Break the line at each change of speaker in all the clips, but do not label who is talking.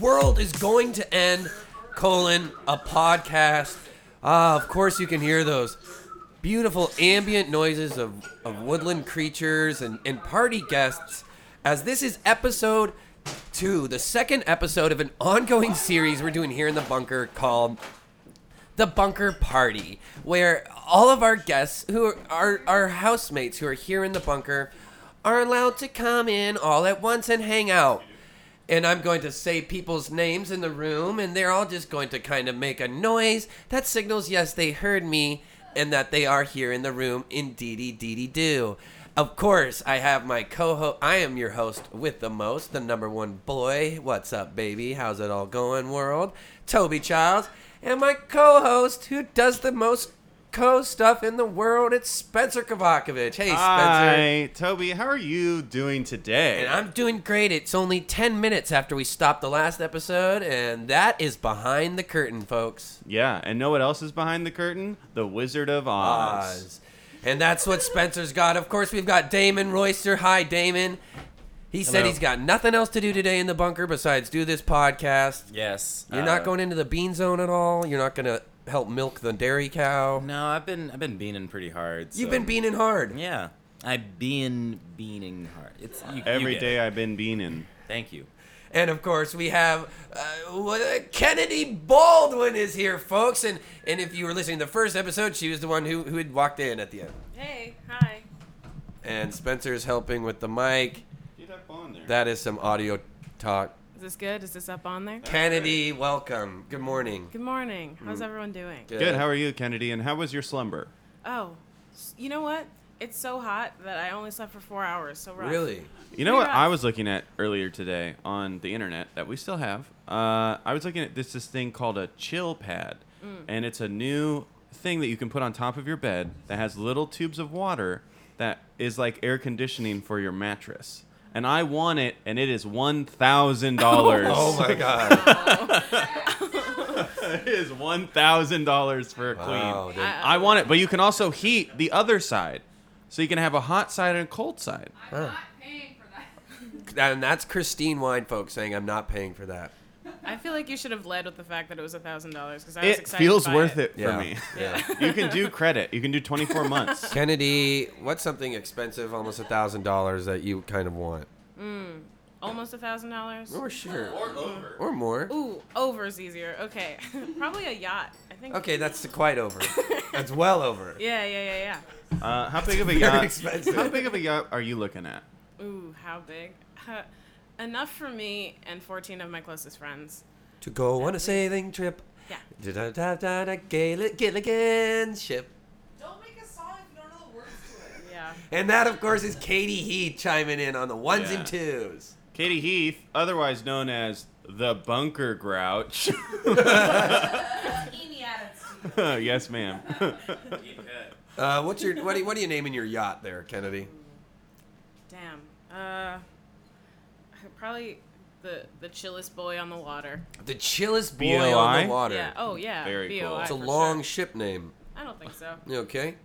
world is going to end, colon, a podcast. Ah, of course you can hear those beautiful ambient noises of, of woodland creatures and, and party guests as this is episode two, the second episode of an ongoing series we're doing here in the bunker called the bunker party where all of our guests who are our, our housemates who are here in the bunker are allowed to come in all at once and hang out and i'm going to say people's names in the room and they're all just going to kind of make a noise that signals yes they heard me and that they are here in the room in deedy deedy do of course i have my co-host i am your host with the most the number one boy what's up baby how's it all going world toby childs and my co-host who does the most co stuff in the world. It's Spencer Kovakovich. Hey, Spencer.
Hi, Toby. How are you doing today?
And I'm doing great. It's only 10 minutes after we stopped the last episode, and that is behind the curtain, folks.
yeah, and know what else is behind the curtain? The Wizard of Oz.
Oz. And that's what Spencer's got. Of course, we've got Damon Royster. Hi, Damon. He said
Hello.
he's got nothing else to do today in the bunker besides do this podcast.
Yes.
You're
uh,
not going into the bean zone at all. You're not going to help milk the dairy cow.
No, I've been I've been beaning pretty hard.
You've
so-
been beaning hard.
Yeah, I've been beaning hard. It's you,
Every
you get
day
it.
I've been beaning.
Thank you.
And of course, we have uh, w- Kennedy Baldwin is here, folks. And and if you were listening to the first episode, she was the one who who had walked in at the end.
Hey, hi.
And Spencer's helping with the mic.
Get up on there.
That is some audio talk.
Is this good? Is this up on there?
Kennedy, welcome. Good morning.
Good morning.
Mm.
How's everyone doing?
Good. How are you, Kennedy? And how was your slumber?
Oh, s- you know what? It's so hot that I only slept for four hours. So rough.
Really?
You know
Pretty
what
rough.
I was looking at earlier today on the internet that we still have. Uh, I was looking at this this thing called a chill pad,
Mm.
and it's a new thing that you can put on top of your bed that has little tubes of water that is like air conditioning for your mattress. And I want it, and it is one thousand dollars.
Oh my God.
It is one thousand dollars for a queen.
Wow, dude.
I want it, but you can also heat the other side, so you can have a hot side and a cold side.
and that's Christine Wine, folks, saying I'm not paying for that.
I feel like you should have led with the fact that it was a thousand dollars because I was
It
excited.
feels
by
worth
it.
it,
Yeah.
for me.
Yeah.
You can do credit. You can do twenty four months.
Kennedy, what's something expensive, almost a thousand dollars that you kind of want?
Mm. Almost a thousand dollars.
Or sure. Or over. Or more.
Ooh, over is easier. Okay, probably a yacht. I think.
Okay, that's quite over. That's well over.
Yeah, yeah, yeah,
Uh, how big of a
Very
yacht?
expensive.
How big of a yacht are you looking at?
yeah. Ooh, how big? Huh. Enough for me and 14 of my closest friends.
To go on a sailing trip.
Yeah.
Da da da da Gaelic Gilligan ship.
Don't make a song if you don't know the words to it.
Yeah.
And that, of course, is Katie Heath chiming in on the ones
Yeah.
and twos.
Katie Heath, otherwise known as the Bunker Grouch.
Amy Adams.
yes, ma'am.
Uh, what's your what? Are, what are you naming your yacht there, Kennedy?
Damn. Uh, probably the the chillest boy on the water.
The chillest boy on
BOI?
the water.
Yeah. Oh yeah.
Very
BOI
cool.
it's a
for
long
Sure.
ship name.
I don't think so.
You Okay.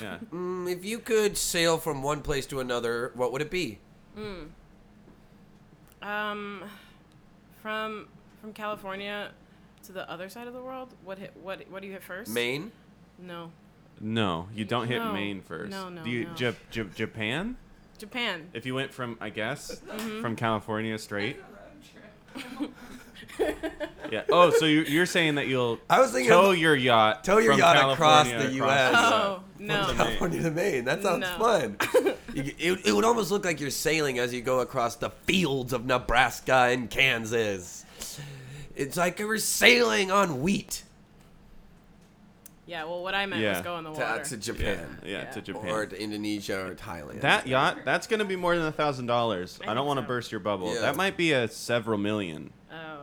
yeah.
Mm, if you could sail from one place to another, what would it be?
Hmm. Um, from from California to the other side of the world. What hit? What What do you hit first?
Maine.
No.
No, you don't hit
No.
Maine first.
No, no,
Do you,
no.
Ja- Ja- Japan?
Japan.
If you went from, I guess,
Mm-hmm.
from California straight. yeah. Oh, so you- you're saying that you'll
I was thinking
tow
of-
your yacht,
tow your
Uh, from
yacht across
California
the
across
US.
Oh no.
California to Maine. That sounds
No.
fun. You- it, it would almost look like you're sailing as you go across the fields of Nebraska and Kansas. It's like you were sailing on wheat.
Yeah. Well, what I meant
Yeah.
was go in the water.
That's to
Yeah,
Japan.
yeah,
Yeah.
to Japan.
Or to Indonesia or Thailand.
that yacht, that's gonna be more than a thousand dollars.
I
I don't
think
want to
so.
burst your bubble.
Yeah.
That might be a several million.
oh.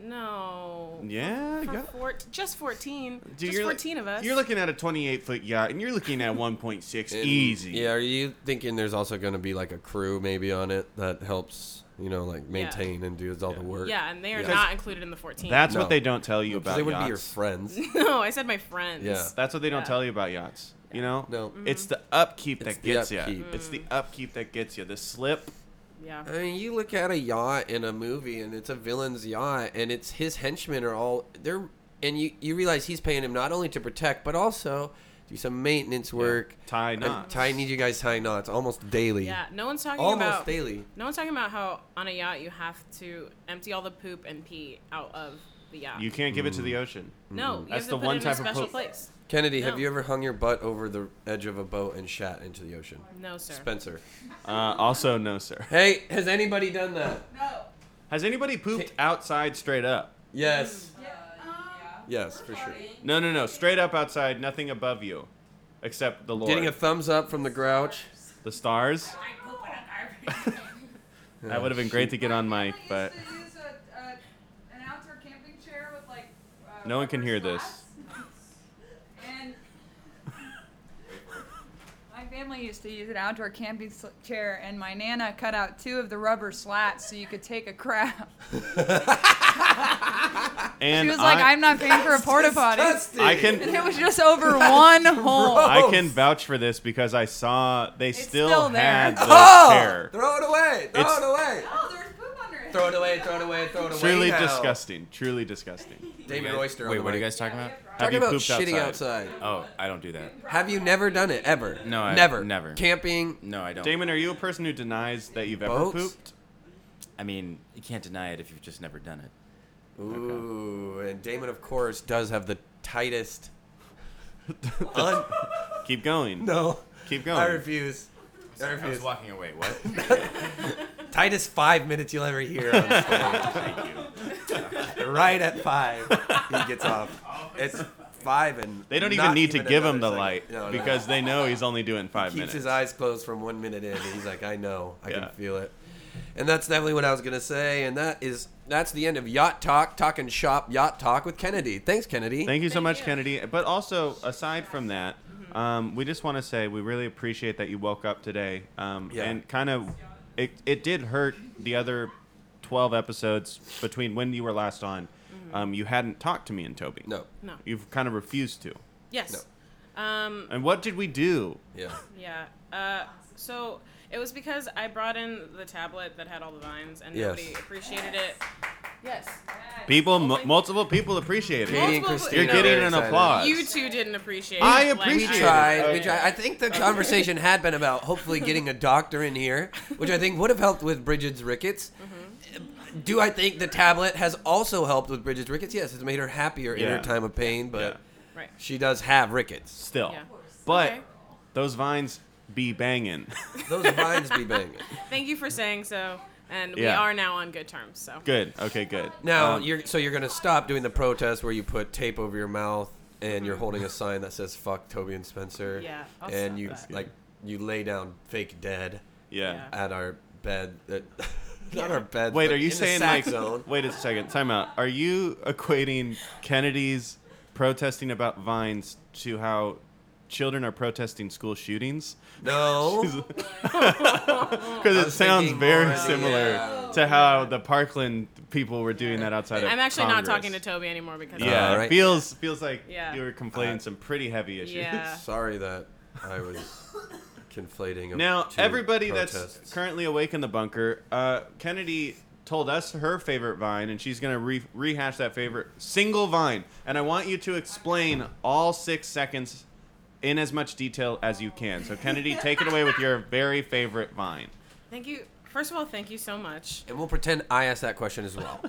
No.
Yeah,
For
yeah.
four, just fourteen.
Dude,
just
you're look-
fourteen of us.
You're looking at a 28 foot yacht, and you're looking at 1.6
And-
easy.
Yeah, are you thinking there's also going to be like a crew maybe on it that helps, you know, like maintain and do all the work?
Yeah, and they are
Yeah.
not included in the fourteen.
That's
No.
what they don't tell you
Because
about
they
yachts.
wouldn't be your friends.
no. I said my friends.
Yeah.
That's what they don't
Yeah. Mm-hmm.
tell you about yachts. You know?
No. Mhm.
It's the upkeep
It's
that
the
gets
upkeep.
you. It's the upkeep that gets you. The slip
Yeah.
I mean, you look at a yacht in a movie, and it's a villain's yacht, and it's his henchmen are all they're, and you you realize he's paying him not only to protect, but also do some maintenance work.
Tie
Uh,
knots.
Ty need you guys tying knots almost daily.
Yeah. No one's talking
almost
about
daily.
No one's talking about how on a yacht you have to empty all the poop and pee out of the yacht.
You can't give it to the ocean.
no, you
That's
have to
the
put
one
it in
type
a
of
special
poop.
place.
Mm. Kennedy, have
No.
you ever hung your butt over the edge of a boat and shat into the ocean?
No, sir.
Spencer.
Uh, also, no, sir.
Hey, has anybody done that?
No.
Has anybody pooped outside straight up?
Yes.
Mm, Yeah. yeah.
Yes, for sure.
No, no, no. Straight up outside, nothing above you, except the Lord,
Getting a thumbs up from the grouch.
the stars.
I poop in a garbage.
That would have been great to get on mic, but
used to use a, a, an outdoor camping chair with like. Uh,
No one can
rubber
hear this.
slats. and my family used to use an outdoor camping sl- chair, and my nana cut out two of the rubber slats so you could take a crap.
and
she was like,
I,
"I'm not paying for a porta potty."
I
And
can
it was just over one hole.
I can vouch for this because I saw they still,
still there.
had the
Oh!
chair.
Throw it away. Throw
It's-
it away.
Oh, there's poop under it.
Throw it away. Throw it away. Throw it away.
Truly
now.
disgusting. Truly disgusting.
David Oyster. on
Wait,
the
what are you
mic.
guys talking about?
Have
Talking
you
about
pooped
shitting outside.
Oh, I don't do that.
Have you never done it ever?
No, I-
never.
never.
Camping.
No, I don't.
Damon, are you a person who denies that you've ever
Boats?
pooped?
I mean, you can't deny it if you've just never done it.
Ooh, and Damon, of course, does have the tightest. un-
Keep going.
no,
Keep
I
going.
refuse. I
I was
refuse.
walking away. What?
Tightest five minutes you'll ever hear. on this
Thank you.
thing. right at five, he gets off. It's five and.
They don't
not
even need to give him the
another
light
second. No, no.
because they know he's only doing five
keeps
minutes.
his eyes closed from one minute in, and he's like, "I know, I
Yeah.
can feel it." And that's definitely what I was gonna say. And that is that's the end of yacht talk, talking shop, yacht talk with Kennedy. Thanks, Kennedy.
Thank you so
Thank
much,
you.
Kennedy. But also, aside from that, um, we just want to say we really appreciate that you woke up today. Um,
Yeah.
And kind of, it, it did hurt the other 12 episodes between when you were last on. Um, you hadn't talked to me and Toby.
no,
Mm-hmm. No.
You've kind of refused to.
Yes. Um.
And what did we do?
yeah,
Yeah. Uh. So it was because I brought in the tablet that had all the vines, and
Yes.
nobody appreciated it. Yes.
People, mu- multiple people appreciated
Katie
it.
and
Multiple-
Christina.
You're
are
getting
very
an
excited.
applause.
You two didn't appreciate it.
I
like
We
appreciate it. Oh,
I,
tried. We
Okay.
tried. I think the conversation had been about hopefully getting a doctor in here, which I think would have helped with Bridget's rickets.
Mm-hmm.
Do I think the tablet has also helped with Bridget's rickets? Yes, it's made her happier in
Yeah.
her time of pain, but
Yeah.
Right.
she does have rickets.
Still.
Yeah.
But
Okay.
those vines be banging.
Those vines be banging.
Thank you for saying so, and we
Yeah.
are now on good terms. So.
good. Okay, good.
Now
Um,
you're so you're gonna stop doing the protest where you put tape over your mouth and you're holding a sign that says "fuck Toby and Spencer."
Yeah, I'll
and
stop
you
that.
like you lay down fake dead
yeah.
at our bed. At, not our bed.
Wait,
but
are you
in the
saying like?
sack zone?
Wait a second. Time out. Are you equating Kennedy's protesting about vines to how children are protesting school shootings?
No.
Because
I
it
was
sounds
thinking
very
more,
similar
yeah.
to how the Parkland people were doing that outside of.
I'm actually
Congress.
not talking to Toby anymore because of
Yeah,
All
it
right. Uh,
feels feels like
Yeah.
you were conflating some pretty heavy
that.
issues.
Yeah.
Sorry that I was conflating.
Now,
two
everybody that's
protests.
currently awake in the bunker, uh, Kennedy told us her favorite vine, and she's going to re- rehash that favorite single vine. And I want you to explain all six seconds in as much detail as you can. So, Kennedy, take it away with your very favorite vine.
Thank you. First of all, thank you so much.
and we'll pretend I asked that question as well.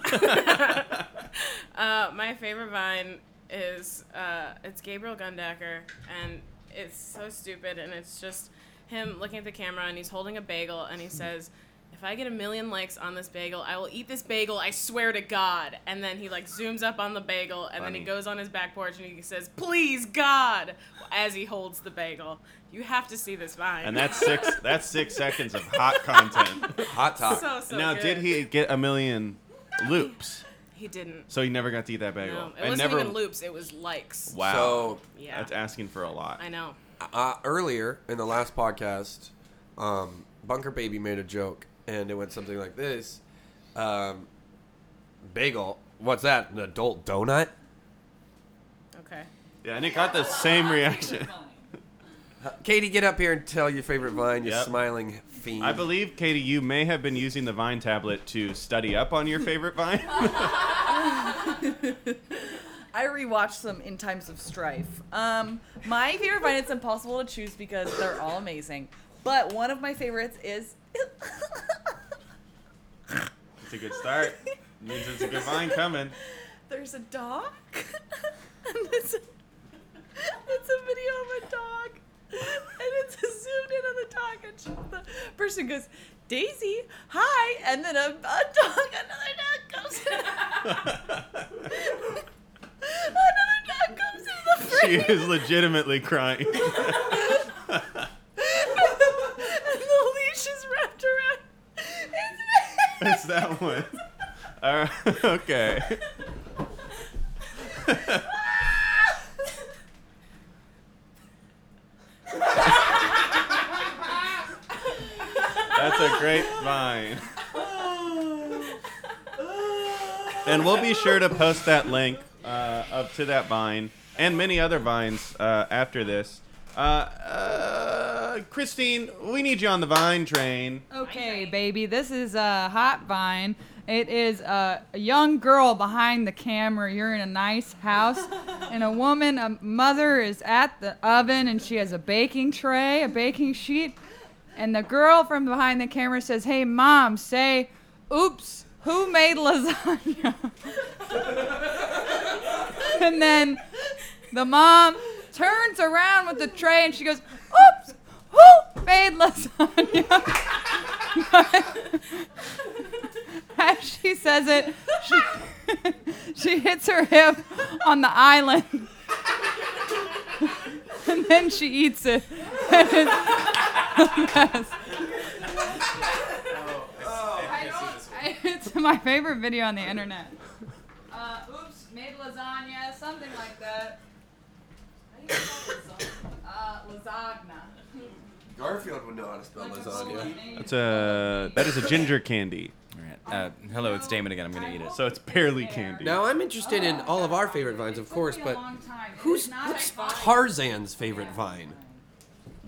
Uh, my favorite vine is uh, it's Gabriel Gundaker, and it's so stupid, and it's just him looking at the camera, and he's holding a bagel, and he says. If I get a million likes on this bagel, I will eat this bagel. I swear to God. And then he like zooms up on the bagel, and then he
Funny.
goes on his back porch and he says, "Please God," as he holds the bagel. You have to see this vine.
And that's six. that's six seconds of hot content.
Hot talk.
so so.
now,
good.
did he get a million loops?
He didn't.
So he never got to eat that bagel.
No, it
And
wasn't
never,
even loops. It was likes.
Wow,
So
Yeah,
that's asking for a lot.
I know.
uh, earlier in the last podcast, um, Bunker Baby made a joke, and it went something like this: um, "Bagel, what's that? An adult donut?"
Okay.
Yeah, and it got the same reaction.
Katie, get up here and tell your favorite vine, you
Yep.
smiling fiend.
I believe, Katie, you may have been using the Vine tablet to study up on your favorite Vine.
I rewatched them in times of strife. Um, my favorite vine, it's impossible to choose because they're all amazing. But one of my favorites is.
It's a good start. Means it's a good Vine coming.
There's a dog. and it's a, it's a video of a dog. And it's zoomed in on the dog. And she- the person goes, Daisy, hi. And then a, a dog, another dog comes in. another dog comes in the frame.
She is legitimately crying.
and the leash is wrapped around his neck.
It's that one. All right. Okay. That's a great vine. And we'll be sure to post that link uh, up to that vine and many other vines uh, after this. Uh, uh, Christine, we need you on the vine train.
Okay, baby, this is uh, Hot Vine. It is uh, a young girl behind the camera. You're in a nice house, and a woman, a mother, is at the oven, and she has a baking tray, a baking sheet, and the girl from behind the camera says, "Hey, mom, say, oops, who made lasagna?" and then the mom turns around with the tray, and she goes, "Oops, who made lasagna?" As she says it, she, she hits her hip on the island. and then she eats it. And it's a mess. I- It's my favorite video on the internet. Uh, oops, made lasagna, something like that. Uh, lasagna.
Garfield would know how to spell lasagna.
That's a that is a ginger candy.
All right. Uh, hello, it's Damon again. I'm gonna eat it.
So it's barely candy.
Now I'm interested in all of our favorite vines, of course, but
who's
who's, what's Tarzan's favorite vine?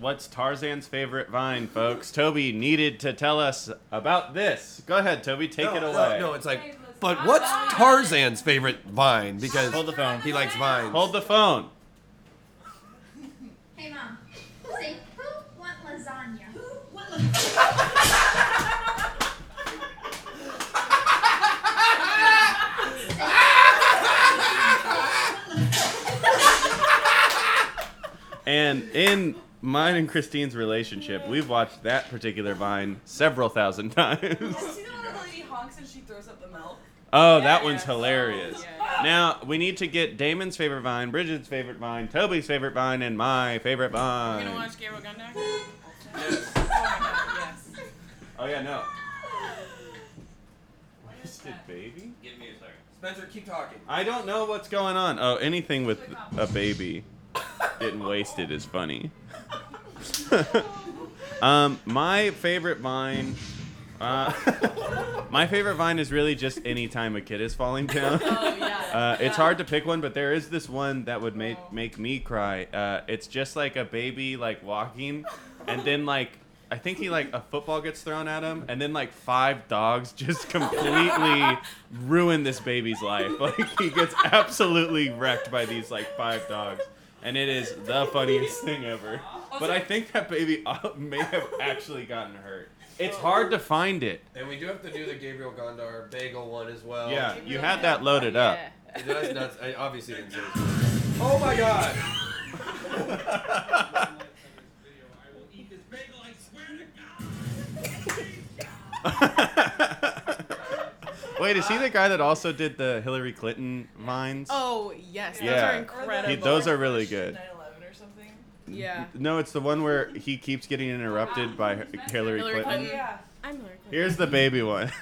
What's Tarzan's favorite vine, folks? Toby needed to tell us about this. Go ahead, Toby, take it
No,
away.
No, no, it's like, but what's Tarzan's favorite vine? Because
Hold the phone.
he likes vines.
Hold the phone.
Hey, Mom. Say, who want lasagna?
And in mine and Christine's relationship, we've watched that particular vine several thousand times.
See the one where the lady honks and she throws up the milk?
Oh, that one's hilarious. Now we need to get Damon's favorite vine, Bridget's favorite vine, Toby's favorite vine, and my favorite
We're
vine.
gonna watch Gabriel Gundaker.
Yes.
oh yeah, no. Wasted baby.
Give me a second.
Spencer, keep talking.
I don't know what's going on. Oh, anything with a baby getting wasted is funny. um, my favorite vine. Uh, my favorite vine is really just any time a kid is falling down. Uh, it's hard to pick one, but there is this one that would make make me cry. Uh, it's just like a baby like walking, and then like I think he like a football gets thrown at him, and then like five dogs just completely ruin this baby's life. Like he gets absolutely wrecked by these like five dogs, and it is the funniest thing ever. But I think that baby uh, may have actually gotten hurt. It's hard to find it.
And we do have to do the Gabriel Gondar bagel one as well.
Yeah, you had that loaded up.
Yeah.
That's nuts. I obviously didn't say it. Oh my god!
Wait, is he the guy that also did the Hillary Clinton vines?
Oh yes, those
Yeah.
are
He-
incredible.
He- those are really good.
9/11 or something.
yeah.
No, it's the one where he keeps getting interrupted by Hi- Hillary
Hillary
Clinton.
Clinton.
Yeah.
I'm Hillary Clinton.
Here's the baby one.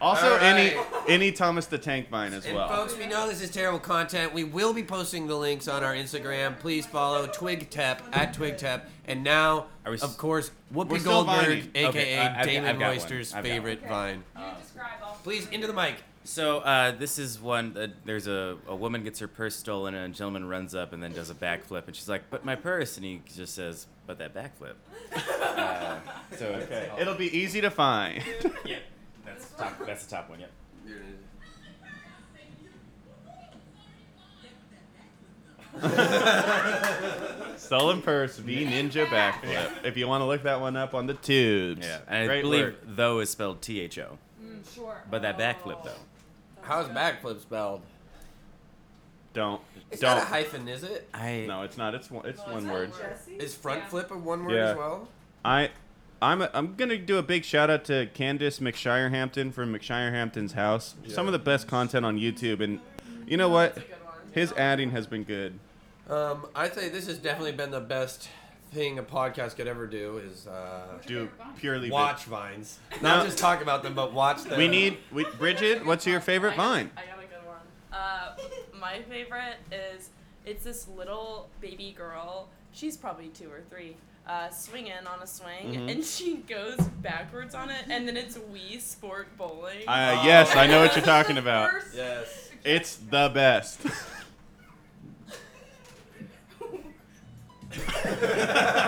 Also,
All
any
right.
any Thomas the Tank vine as
And
well.
folks, we know this is terrible content. We will be posting the links on our Instagram. Please follow TwigTep at TwigTep. And now,
Are we s-
of course,
We're
Whoopi
still
Goldberg,
vining.
aka
Okay, I- I've got-
Damon
I've got one.
Royster's
I've got
favorite vine. Please into the mic.
So uh, this is one. Uh, there's a, a woman gets her purse stolen, and a gentleman runs up and then does a backflip, and she's like, "But my purse!" And he just says, "But that backflip." uh, so okay.
It'll be easy to find.
yeah, that's top, that's the top one. Yep.
Stolen purse v ninja backflip. If you want to look that one up on the tubes.
Yeah, and I
Great
believe
work.
though is spelled T H O.
Mm,
Sure.
But that backflip though.
How's backflip spelled?
Don't
It's
don't.
not a hyphen, is it?
I
no, it's not. It's one. It's one word.
Is front flip a one word
Yeah.
as well?
I. I'm, a, I'm gonna do a big shout out to Candice McShirehampton from McShirehampton's House. Some of the best content on YouTube, and you know what? His adding has been good.
Um, I'd say this has definitely been the best thing a podcast could ever do is uh,
Do purely
watch vines.
Now-
Not just talk about them, but watch them.
We need we, Bridget. What's your favorite vine?
I got a good one. Uh, my favorite is it's this little baby girl. She's probably two or three. Uh, swinging on a swing,
Mm-hmm.
and she goes backwards on it, and then it's we sport bowling.
Uh,
Oh.
yes, I know what you're talking about.
First-
Yes.
It's the best.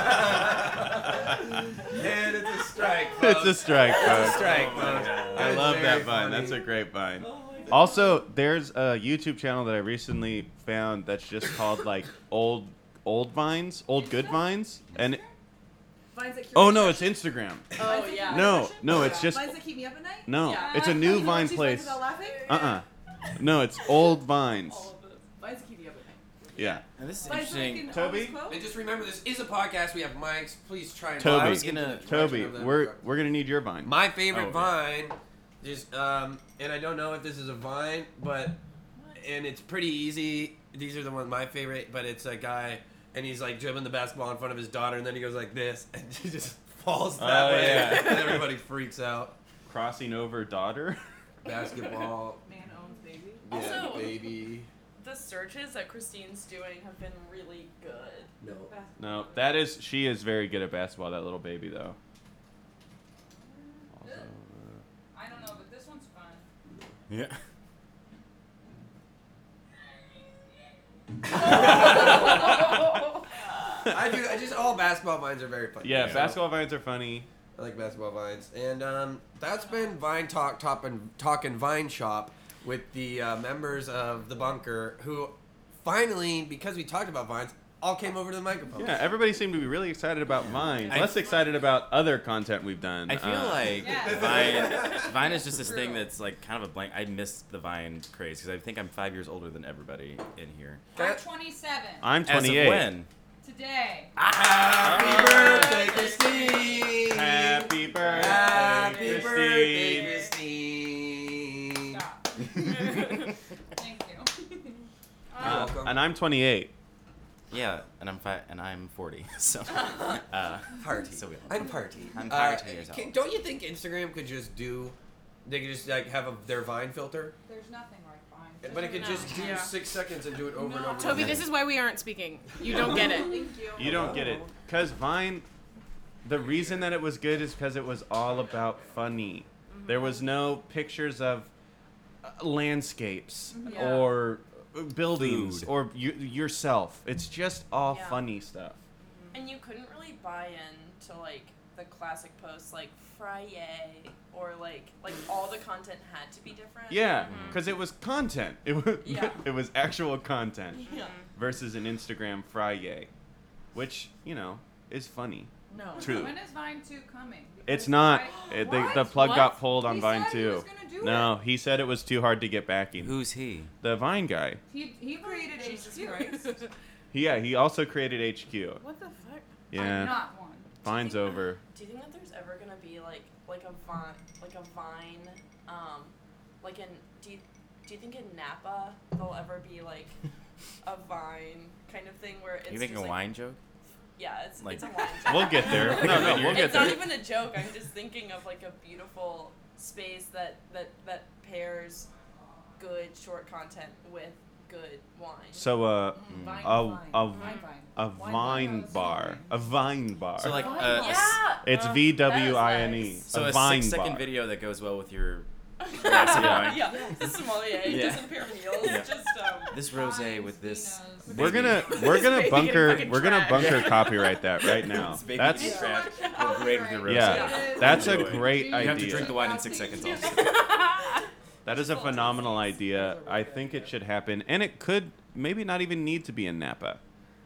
And it's a strike.
it's a
folks.
strike,
It's a
folks.
strike. folks.
I
It's
love
very
that vine.
funny.
That's a great vine. Also, there's a YouTube channel that I recently found that's just called like old old vines, old good vines, and it- oh no, it's Instagram.
Oh yeah.
No, no, it's just
that keep me up at night?
no, it's a
You
new
know what
vine
she's
place.
About
Uh
laughing?
uh, no, it's old vines.
All of it.
Mine's that keep me up at night.
Yeah,
Now, this is
Mine's that I
interesting.
can always
Toby?
quote.
And just remember, this is a podcast. We have mics. Please try and.
Toby.
I
I
was
was
gonna.
Toby, we're we're gonna need your vine.
My favorite
Oh,
vine is, um, and I don't know if this is a vine, but, and it's pretty easy. These are the ones my favorite, but it's a guy, and he's like dribbling the basketball in front of his daughter, and then he goes like this, and she just falls
Oh,
that way,
yeah.
and everybody freaks out.
Crossing over daughter.
Basketball,
Man owns baby.
yeah,
Also-
baby.
The searches that Christine's doing have been really good.
No.
No, that is she is very good at basketball. That little baby though.
uh,
Also,
I don't know, but this one's fun.
Yeah.
I do. I just all basketball vines are very funny.
yeah,
So,
basketball vines are funny.
I like basketball vines, and um, that's been Vine Talk, Top and Talk and Vine Shop with the uh, members of the Bunker, who finally, because we talked about vines, all came over to the microphone.
Yeah, everybody seemed to be really excited about Vine.
I-
Less excited about other content we've done.
I feel
Uh,
like
Yeah.
Vine, Vine is just this thing that's like kind of a blank. I missed the Vine craze because I think I'm five years older than everybody in here.
I'm 27
I'm
As of
28.
when?
today.
Happy
Ah!
birthday, Christine!
Happy birthday,
Happy
Christine.
birthday, Christine!
Stop. Thank you.
Uh,
welcome.
and I'm 28.
Yeah, and I'm five, and I'm 40. So, uh,
Party.
So we-
I'm party.
I'm
Uh,
32 years old.
can- don't you think Instagram could just do? They could just like have a, their Vine filter,
There's nothing like Vine.
but it could just do
Yeah.
six seconds and do it over and over.
Toby,
again.
this is why we aren't speaking. You don't get it.
Thank you.
You don't get it because Vine. The reason that it was good is because it was all about funny.
Mm-hmm.
There was no pictures of uh, landscapes
Mm-hmm.
Yeah.
or uh, buildings
Food.
or you, yourself. It's just all
Yeah.
funny stuff.
And you couldn't really buy in to like the classic posts like Friday or like like all the content had to be different.
Yeah, because it was content. It was
Mm-hmm. Yeah.
it was actual content
Yeah.
versus an Instagram Friday, which you know is funny.
No.
True.
When is Vine 2 coming?
It's not.
I-
It, they,
What?
the plug
What?
got pulled on
He
Vine
said he
too.
was gonna do
no, he said it was too hard to get backing.
who's he?
The Vine guy.
He, he created
Jesus
HQ.
Christ.
He, yeah, he also created HQ.
What the fuck?
I'm
Yeah,
not one.
Vine's over.
Do you think that there's ever gonna be like like a vine like a vine, um, like in do you do you think in Napa there'll ever be like a vine kind of thing where it's
Are you making
just,
a
like,
wine joke?
Yeah, it's
Like-
it's a wine.
We'll get there. No, no, we'll get
it's not
there.
even a joke. I'm just thinking of like a beautiful space that that that pairs good short content with good wine.
So, uh,
Vine,
a
vine.
a
Vine, vine.
a Vine bar, a Vine bar.
So like, uh,
yeah.
it's
Uh,
V W I N
that is
E.
nice.
so a,
Vine
six second
bar.
video that goes well with your That's annoying.
yeah, the sommelier
Yeah.
doesn't pair meals.
Yeah.
Just um,
This rosé with this.
Filipinos.
We're gonna we're
This
gonna
baby
bunker
fucking
we're gonna
trash.
bunker copyright that right now.
This baby
That's
trash. We're great with the rosé.
yeah.
Yeah.
That's a
Enjoy.
great
You
You have to
idea.
drink the wine in six seconds. Also.
That is a phenomenal idea. I think it should happen, and it could maybe not even need to be in Napa.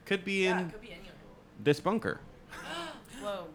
Could be
yeah,
in
it could be any of
this bunker.
Whoa.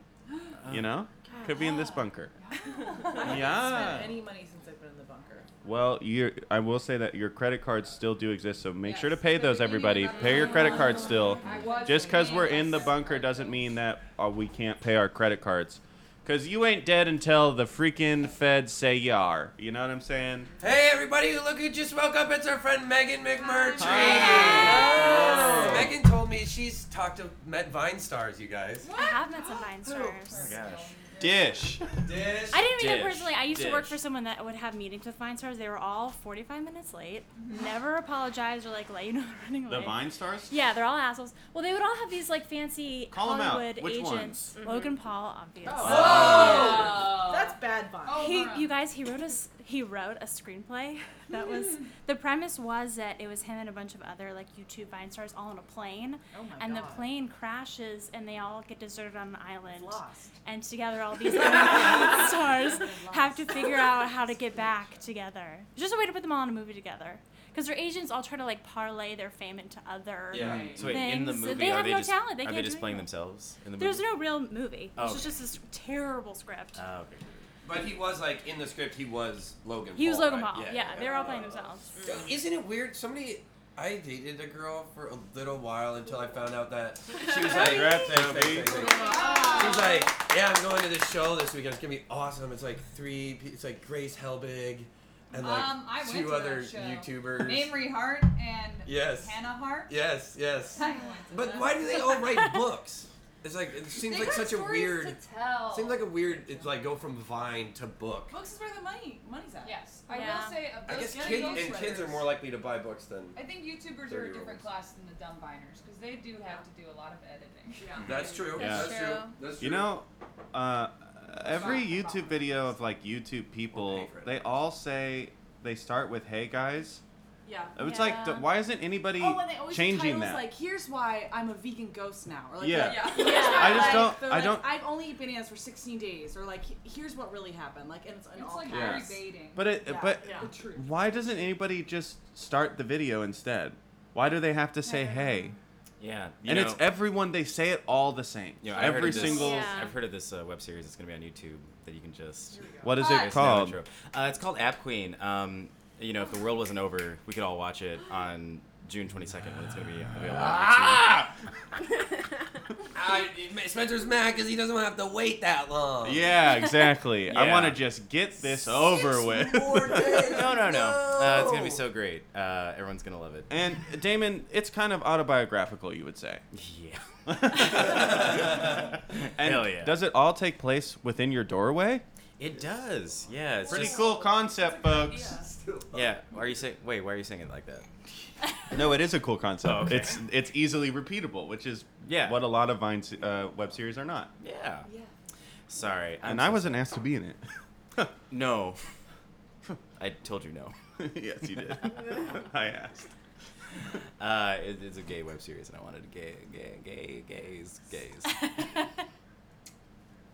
You know, could be in this bunker.
I haven't
Yeah.
spent any money since I've been in the bunker.
Well, you I will say that your credit cards still do exist, so make sure to
Yes.
pay those, everybody. Pay your credit cards still.
I was
Just because we're
thinking-
in the bunker doesn't mean that uh, we can't pay our credit cards. Because you ain't dead until the freaking feds say you are. You know what I'm saying?
Hey everybody! Look who just woke up! It's our friend Megan McMurtry.
Hi.
Oh. Megan told me she's talked to met Vine stars. You guys.
I have met some Vine stars.
Oh Gosh.
Dish.
Dish.
I didn't meet them
Dish.
personally. I used to work
Dish.
for someone that would have meetings with Vine stars. They were all 45 minutes late.
Mm-hmm.
Never apologized or like let you know they're running late.
The Vine stars?
Yeah, they're all assholes. Well, they would all have these like fancy
Call 'em out.
Hollywood
Which
agents.
Mm-hmm.
Logan Paul, obvious.
Oh!
That's bad vibes.
He, you guys, he wrote a s- he wrote a screenplay that was the premise was that it was him and a bunch of other like YouTube Vine stars all on a plane,
Oh my
and the
God.
plane crashes and they all get deserted on an island,
Lost.
and together all these like, Vine stars have to figure out how to get back together. Just a way to put them all in a movie together, because their agents all try to like parlay their fame into other.
Yeah. So wait, in the
Things.
movie,
They
are
have
they
no
just
talent. They
are they
can't do
just playing
anything.
themselves in the
There's
movie?
no real movie.
Oh,
This was
okay.
just this terrible script.
Oh, okay.
But he was like in the script. He was Logan.
he was
Paul,
Logan
right?
Paul. Yeah, they were all playing themselves.
So Isn't it weird? Somebody. I dated a girl for a little while until I found out that she was like,
Congrats,
thanks, thanks,
Abby.
thanks, thanks. she was like, yeah, I'm going to this show this weekend. It's gonna be awesome. It's like three. pe- It's like Grace Helbig, and like
Um, I went
two
to that
other
show.
YouTubers.
Mamrie Hart and
Yes.
Hannah Hart.
Yes, yes.
I went to
But
that.
why do they all write books? It's like it seems
They
like
got
such a
stories
weird.
To tell.
Seems like a weird. It's like go from Vine to book.
Books is where the money money's at.
Yes, I
Yeah.
will say
uh,
of
I
those
guess
young
kids
adults
and kids are
writers,
more likely to buy books than.
I think YouTubers are a
30-year-olds.
different class than the dumb biners because they do have to do a lot of editing.
Yeah.
That's true.
That's
That's true. That's true.
You know, uh, every
Fine.
YouTube video of like YouTube people, they all say they start with "Hey guys."
Yeah.
It's like,
Yeah.
th- why isn't anybody
Oh, and they always
changing
titles
that?
like, "Here's why I'm a vegan ghost now," or like,
Yeah.
like,
Yeah.
"Here's why
I just
like-
don't-
they're
I
like,
don't-
I've only eaten bananas for 16 days, or like, "He- "Here's what really happened." Like, and it's, in
It's
all
like
caps.
very
Yes.
baiting.
but it,
Yeah.
but
Yeah.
The truth.
Why doesn't anybody just start the video instead? Why do they have to say hey?
Yeah. you
And
know,
it's everyone. They say it all the same.
you know, I heard
every
of this-
single.
Yeah.
I've heard of this uh, web series that's going to be on YouTube that you can just.
What is
Hi.
it called?
It's, uh, it's called App Queen. Um, you know, if the world wasn't over, we could all watch it on June 22nd when it's going to be available.
Ah!
on
I, Spencer's mad because he doesn't have to wait that long.
Yeah, exactly. I
Yeah.
want to just get this over with.
YouTube. No, no, no. Uh, it's going to be so great. Uh, everyone's going to love it.
and uh, Damon, it's kind of autobiographical, you would say.
Yeah.
And
Hell yeah.
Does it all take place within your doorway?
It does. Yeah. It's
Pretty
just,
cool concept, folks.
Yeah. Why are you saying? Wait. Why are you saying it like that?
No, it is a cool concept.
Oh, okay.
It's it's easily repeatable, which is
Yeah.
what a lot of Vine se- uh, web series are not.
Yeah.
Yeah.
Sorry. I'm
and
so
I wasn't asked to be in it.
No. I told you no.
yes, you did. I asked.
Uh, it, it's a gay web series, and I wanted gay, gay, gay, gays, gays.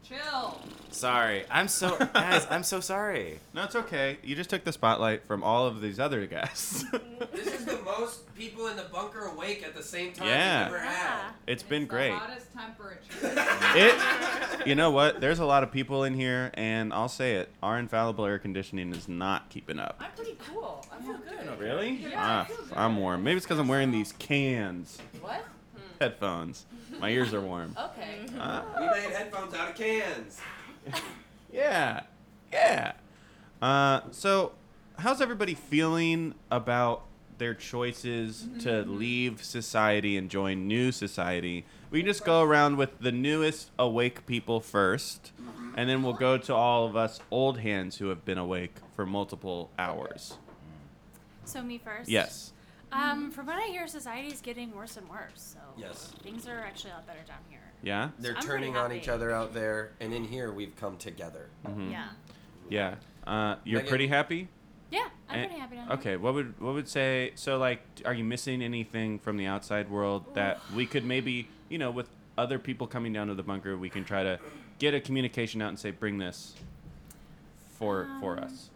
Chill.
sorry, I'm so guys. I'm so sorry.
No, it's okay. You just took the spotlight from all of these other guests.
This is the most people in the bunker awake at the same time
Yeah.
we've ever
Yeah.
had.
it's
It's
been
the
great.
Hottest temperature.
It. You know what? There's a lot of people in here, and I'll say it. Our infallible air conditioning is not keeping up.
I'm pretty cool. I feel good.
Really?
Yeah, I
ah,
feel good.
I'm warm. Maybe it's because I'm wearing these cans
What? Hmm.
headphones. My ears are warm.
Okay.
Ah.
We made headphones out of cans.
Yeah. Yeah. Uh, so, how's everybody feeling about their choices to leave society and join new society? We can just go around with the newest awake people first, and then we'll go to all of us old hands who have been awake for multiple hours.
So me first.
Yes.
Um, from what I hear, society is getting worse and worse. So
Yes.
things are actually a lot better down here.
Yeah?
They're
I'm pretty
turning on
happy.
each other out there, and in here we've come together.
Yeah.
Mm-hmm. Yeah. Uh, you're
Megan?
pretty happy.
Yeah, I'm
And-
pretty happy down here.
Okay, what would what would say so like are you missing anything from the outside world that we could maybe, you know, with other people coming down to the bunker, we can try to get a communication out and say bring this for for
Um,
us.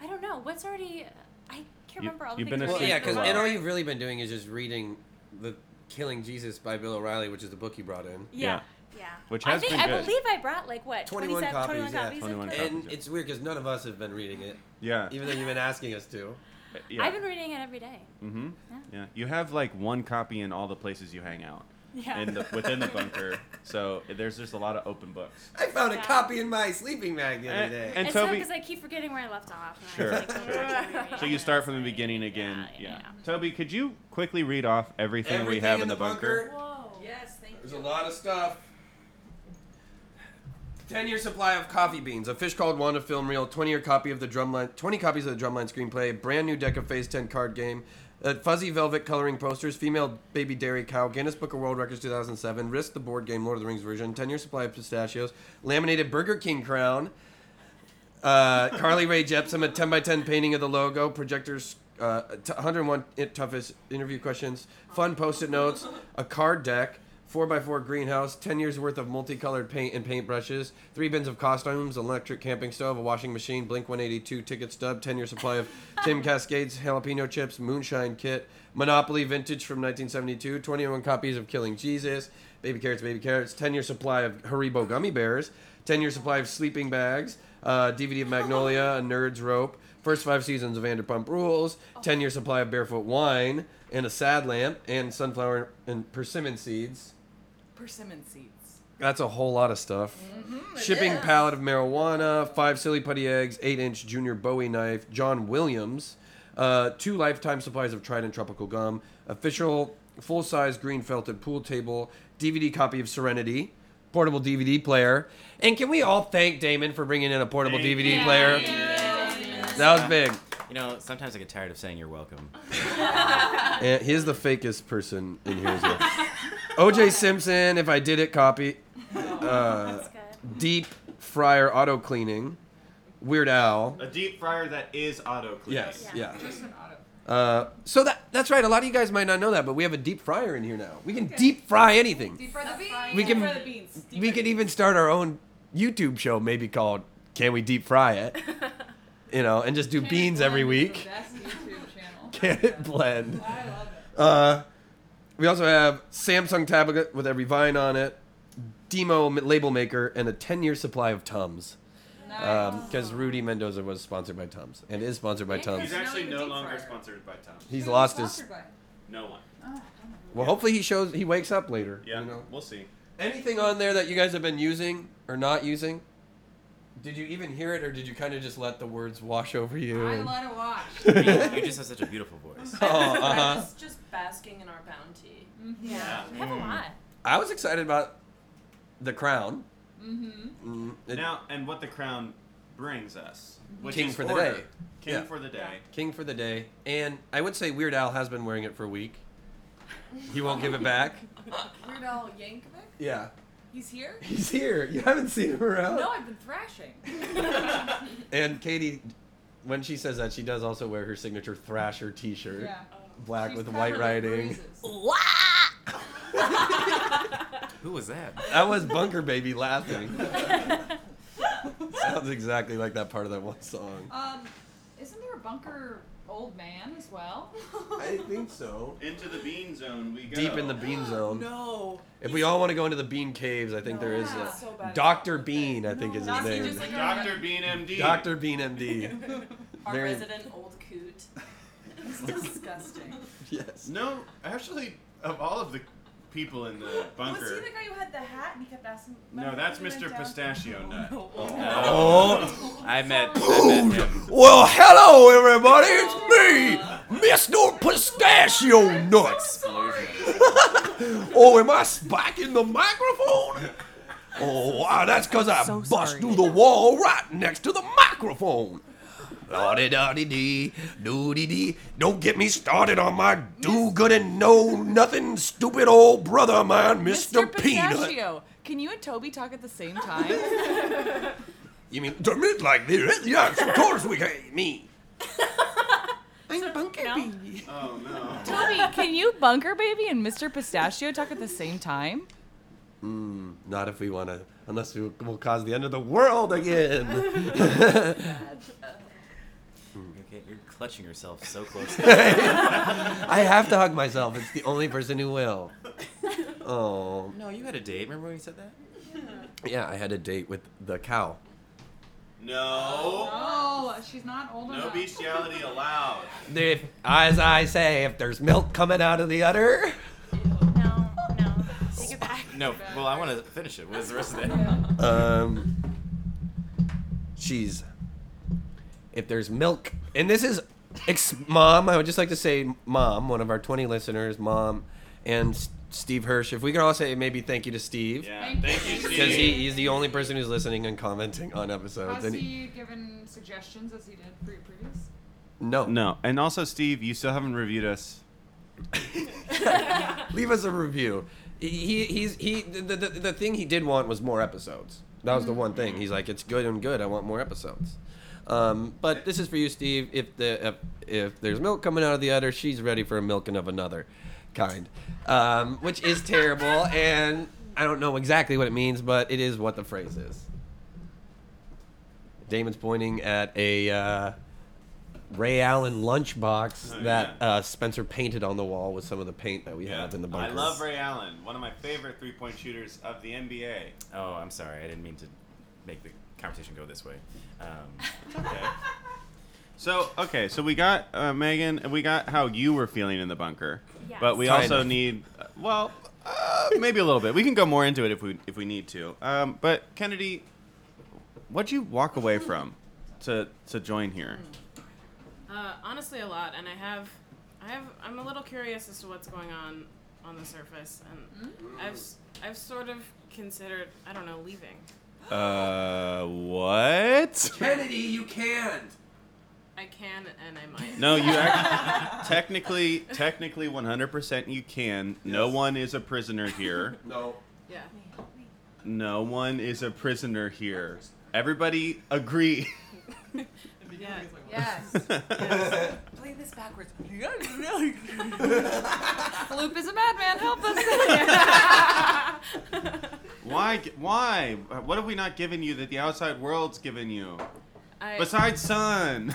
I don't know. What's already? I can't
You-
remember all the
you've
things.
been
we're
Well,
asleep
doing.
yeah,
for
because
a
and
while.
all you've really been doing is just reading the Killing Jesus by Bill O'Reilly, which is the book you brought in.
Yeah. yeah.
Which
I
has
think
been
I
good.
believe I brought like what
21
27
copies,
21
yeah.
copies. of
21
Twitter?
copies.
And it's weird because none of us have been reading it,
Yeah.
even though you've been asking us to.
Uh, yeah.
I've been reading it every day.
mm-hmm.
Yeah.
Yeah. You have like one copy in all the places you hang out.
Yeah.
In the, within the bunker. So there's just a lot of open books.
I found
Yeah. Eh.
a copy in my sleeping bag the other
And-
day.
and
it's
Toby-
because I keep forgetting where I left off. and I
Sure,
just, like, go back and reread
So
it,
you
and
start
it's
from the
like-
beginning again.
Yeah. yeah,
Toby, could you quickly read off everything, we have in the, bunker?
yeah. Whoa.
Yes, thank
There's a lot of stuff. 10 year supply of coffee beans, a fish called Wanda film reel, 20 year copy of the drumline, 20 copies of the drumline screenplay, a brand new deck of Phase 10 card game, uh, fuzzy velvet coloring posters, female baby dairy cow, Guinness Book of World Records 2007, Risk the board game, Lord of the Rings version, 10 year supply of pistachios, laminated Burger King crown, uh, Carly Ray Jepsen, a 10x10 painting of the logo, projectors, uh, t- 101 i- toughest interview questions, fun post it notes, a card deck, 4x4 greenhouse, 10 years worth of multicolored paint and paintbrushes, three bins of costumes, electric camping stove, a washing machine, Blink 182 ticket stub, 10 year supply of Tim Cascades, jalapeno chips, moonshine kit, Monopoly vintage from 1972, 21 copies of Killing Jesus, Baby Carrots, Baby Carrots, 10 year supply of Haribo gummy bears, 10 year supply of sleeping bags, uh, DVD of Magnolia, a Nerd's Rope, first five seasons of Vanderpump Rules, 10 year supply of Barefoot Wine, and a sad lamp, and sunflower and persimmon seeds.
Persimmon seeds.
That's a whole lot of stuff. Shipping pallet of marijuana, five silly putty eggs, eight inch junior Bowie knife, John Williams, uh, two lifetime supplies of Trident tropical gum, official full size green felted pool table, DVD copy of Serenity, portable DVD player. And can we all thank Damon for bringing in a portable DVD player? That was big.
You know, sometimes I get tired of saying you're welcome.
And Eh, he's the fakest person in here as well. OJ Simpson, if I did it, copy. Uh,
That's good.
Deep fryer auto cleaning. Weird Al.
A deep fryer that is auto clean.
Yes. Yeah.
Yeah.
Uh, so that that's right. A lot of you guys might not know that, but we have a deep fryer in here now. We can deep fry anything.
Deep fry the beans.
We can-
Deep fry the beans. Deep
we
fry
could
the
even start our own YouTube show, maybe called "Can We Deep Fry It?" You know, and just do beans every week.
That's YouTube channel.
Can it blend?
I love it.
Uh, we also have Samsung tablet with every vine on it, Demo m- label maker, and a 10-year supply of Tums. Because Rudy Mendoza was sponsored by Tums and is sponsored by Tums.
He's actually
Now we
no
have a deep
longer
fryer.
sponsored by Tom.
He's lost his.
Sponsored by it.
No one.
Oh.
Well, hopefully he shows. He wakes up later.
Yeah.
You know?
We'll see.
Anything on there that you guys have been using or not using? Did you even hear it, or did you kind of just let the words wash over you?
I
and-
let it watch.
you just have such a beautiful voice.
Oh, uh-huh.
I was just basking in our bounty.
Yeah. We
Mm.
have a lot.
I was excited about the crown.
Mm-hmm.
Mm, it-
now, and what the crown brings us. Which
King
is
for the
order.
day.
King
Yeah.
for the day.
King for the day, and I would say Weird Al has been wearing it for a week. He won't give it back.
Weird Al Yankovic?
Yeah,
He's here?
he's here. You haven't seen him around.
No, I've been thrashing.
And Katie, when she says that, she does also wear her signature Thrasher T-shirt,
Yeah.
black
She's
with
covered
white writing.
bruises.
Who was that?
That was Bunker Baby laughing. Sounds exactly like that part of that one song.
Um, isn't there a bunker old man as well?
I think so.
Into the bean zone we go.
Deep in the bean zone.
no.
If we all want to go into the bean caves, I think there is
Yeah.
a
So bad.
Dr. Bean, I think is his
Not he
name.
just like our,
Dr. Bean MD.
Dr. Bean MD.
our
Very-
resident old coot. It's disgusting.
Yes.
No, actually, of all of the people in the bunker.
Was he the guy who had the hat and he kept asking?
no, that's Mr. Pistachio Nut.
Oh.
I met, I met him.
Well, hello everybody. It's me, Mr. Pistachio Nuts. Oh, am I spiking the microphone? Oh, wow, that's because I bust through the wall right next to the microphone. Lordy dotty dee, doody dee. Don't get me started on my do good and know nothing stupid old brother of mine, Mr. Peanut.
Pistachio, can you and Toby talk at the same time?
You mean to meet like this? Yes, of course we can. Me.
I'm bunker
baby.
Oh no.
Toby, can you bunker baby and Mr. Pistachio talk at the same time?
Mm, not if we want to, unless we will cause the end of the world again.
Okay, you're clutching yourself so closely.
I have to hug myself. It's the only person who will. Oh.
No, you had a date. Remember when you said that?
Yeah, I had a date with the cow.
No.
Oh, she's not old
No
enough.
bestiality allowed.
If, as I say, if there's milk coming out of the udder.
No, no. Take it back.
No. Well, I want to finish it. What is the rest of that?
Um, she's. If there's milk, and this is, ex- mom. I would just like to say, mom, one of our 20 listeners, mom, and S- Steve Hirsch. If we could all say maybe thank you to Steve,
Yeah.
Thank
Thank you,
you.
Steve.
because he, he's the only person who's listening and commenting on episodes.
Has
And he-
he given suggestions as he did pre- previous?
no,
No, and also Steve, you still haven't reviewed us.
leave us a review. He he's he the, the the thing he did want was more episodes. That was the one thing. He's like, it's good and good. I want more episodes. Um, but this is for you, Steve. If the if, if there's milk coming out of the udder, she's ready for a milking of another kind, um, which is terrible. And I don't know exactly what it means, but it is what the phrase is. Damon's pointing at a uh, Ray Allen lunchbox
Oh,
that
yeah.
uh, Spencer painted on the wall with some of the paint that we have in the
I
bunkers.
love Ray Allen, one of my favorite three-point shooters of the NBA.
Oh, I'm sorry. I didn't mean to make the conversation go this way. Um,
Okay. So okay, so we got uh, Megan, and we got how you were feeling in the bunker, but we
Kind
also
of.
need, uh, well, uh, maybe a little bit. We can go more into it if we if we need to. Um, but Kennedy, what'd you walk away from to to join here?
Uh, honestly, a lot, and I have, I have, I'm a little curious as to what's going on on the surface, and
Hmm?
I've, s- I've sort of considered, I don't know, leaving.
Hmm.
Uh, what?
Kennedy, you can't.
I can and I might.
No, you act- technically technically 100% you can. No
Yes.
one is a prisoner here.
No.
Yeah.
No one is a prisoner here. Everybody agree.
Yeah.
Yes.
Play this backwards.
Floop is a madman. Help us.
Why? g- Why? What have we not given you that the outside world's given you?
I,
Besides sun.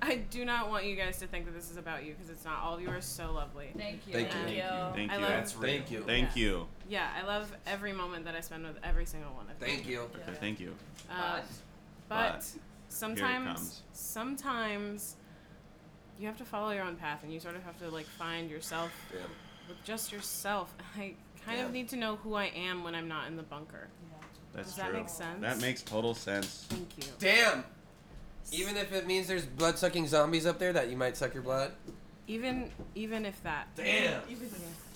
I do not want you guys to think that this is about you because it's not. All of you are so lovely.
Thank you.
Thank
Thank
you. Thank
you.
Thank
I
you.
love-
That's
real. Thank you.
Thank
Yeah.
you.
Yeah, I love every moment that I spend with every single one of you.
Thank you.
Okay, thank you.
Uh,
But-
but
it
sometimes,
comes.
sometimes you have to follow your own path, and you sort of have to like find yourself with just yourself. I kind
Yeah.
of need to know who I am when I'm not in the bunker.
That's
Does
true.
that make sense?
That makes total sense.
Thank you.
Damn. Even if it means there's blood sucking zombies up there that you might suck your blood.
Even even if that.
Damn.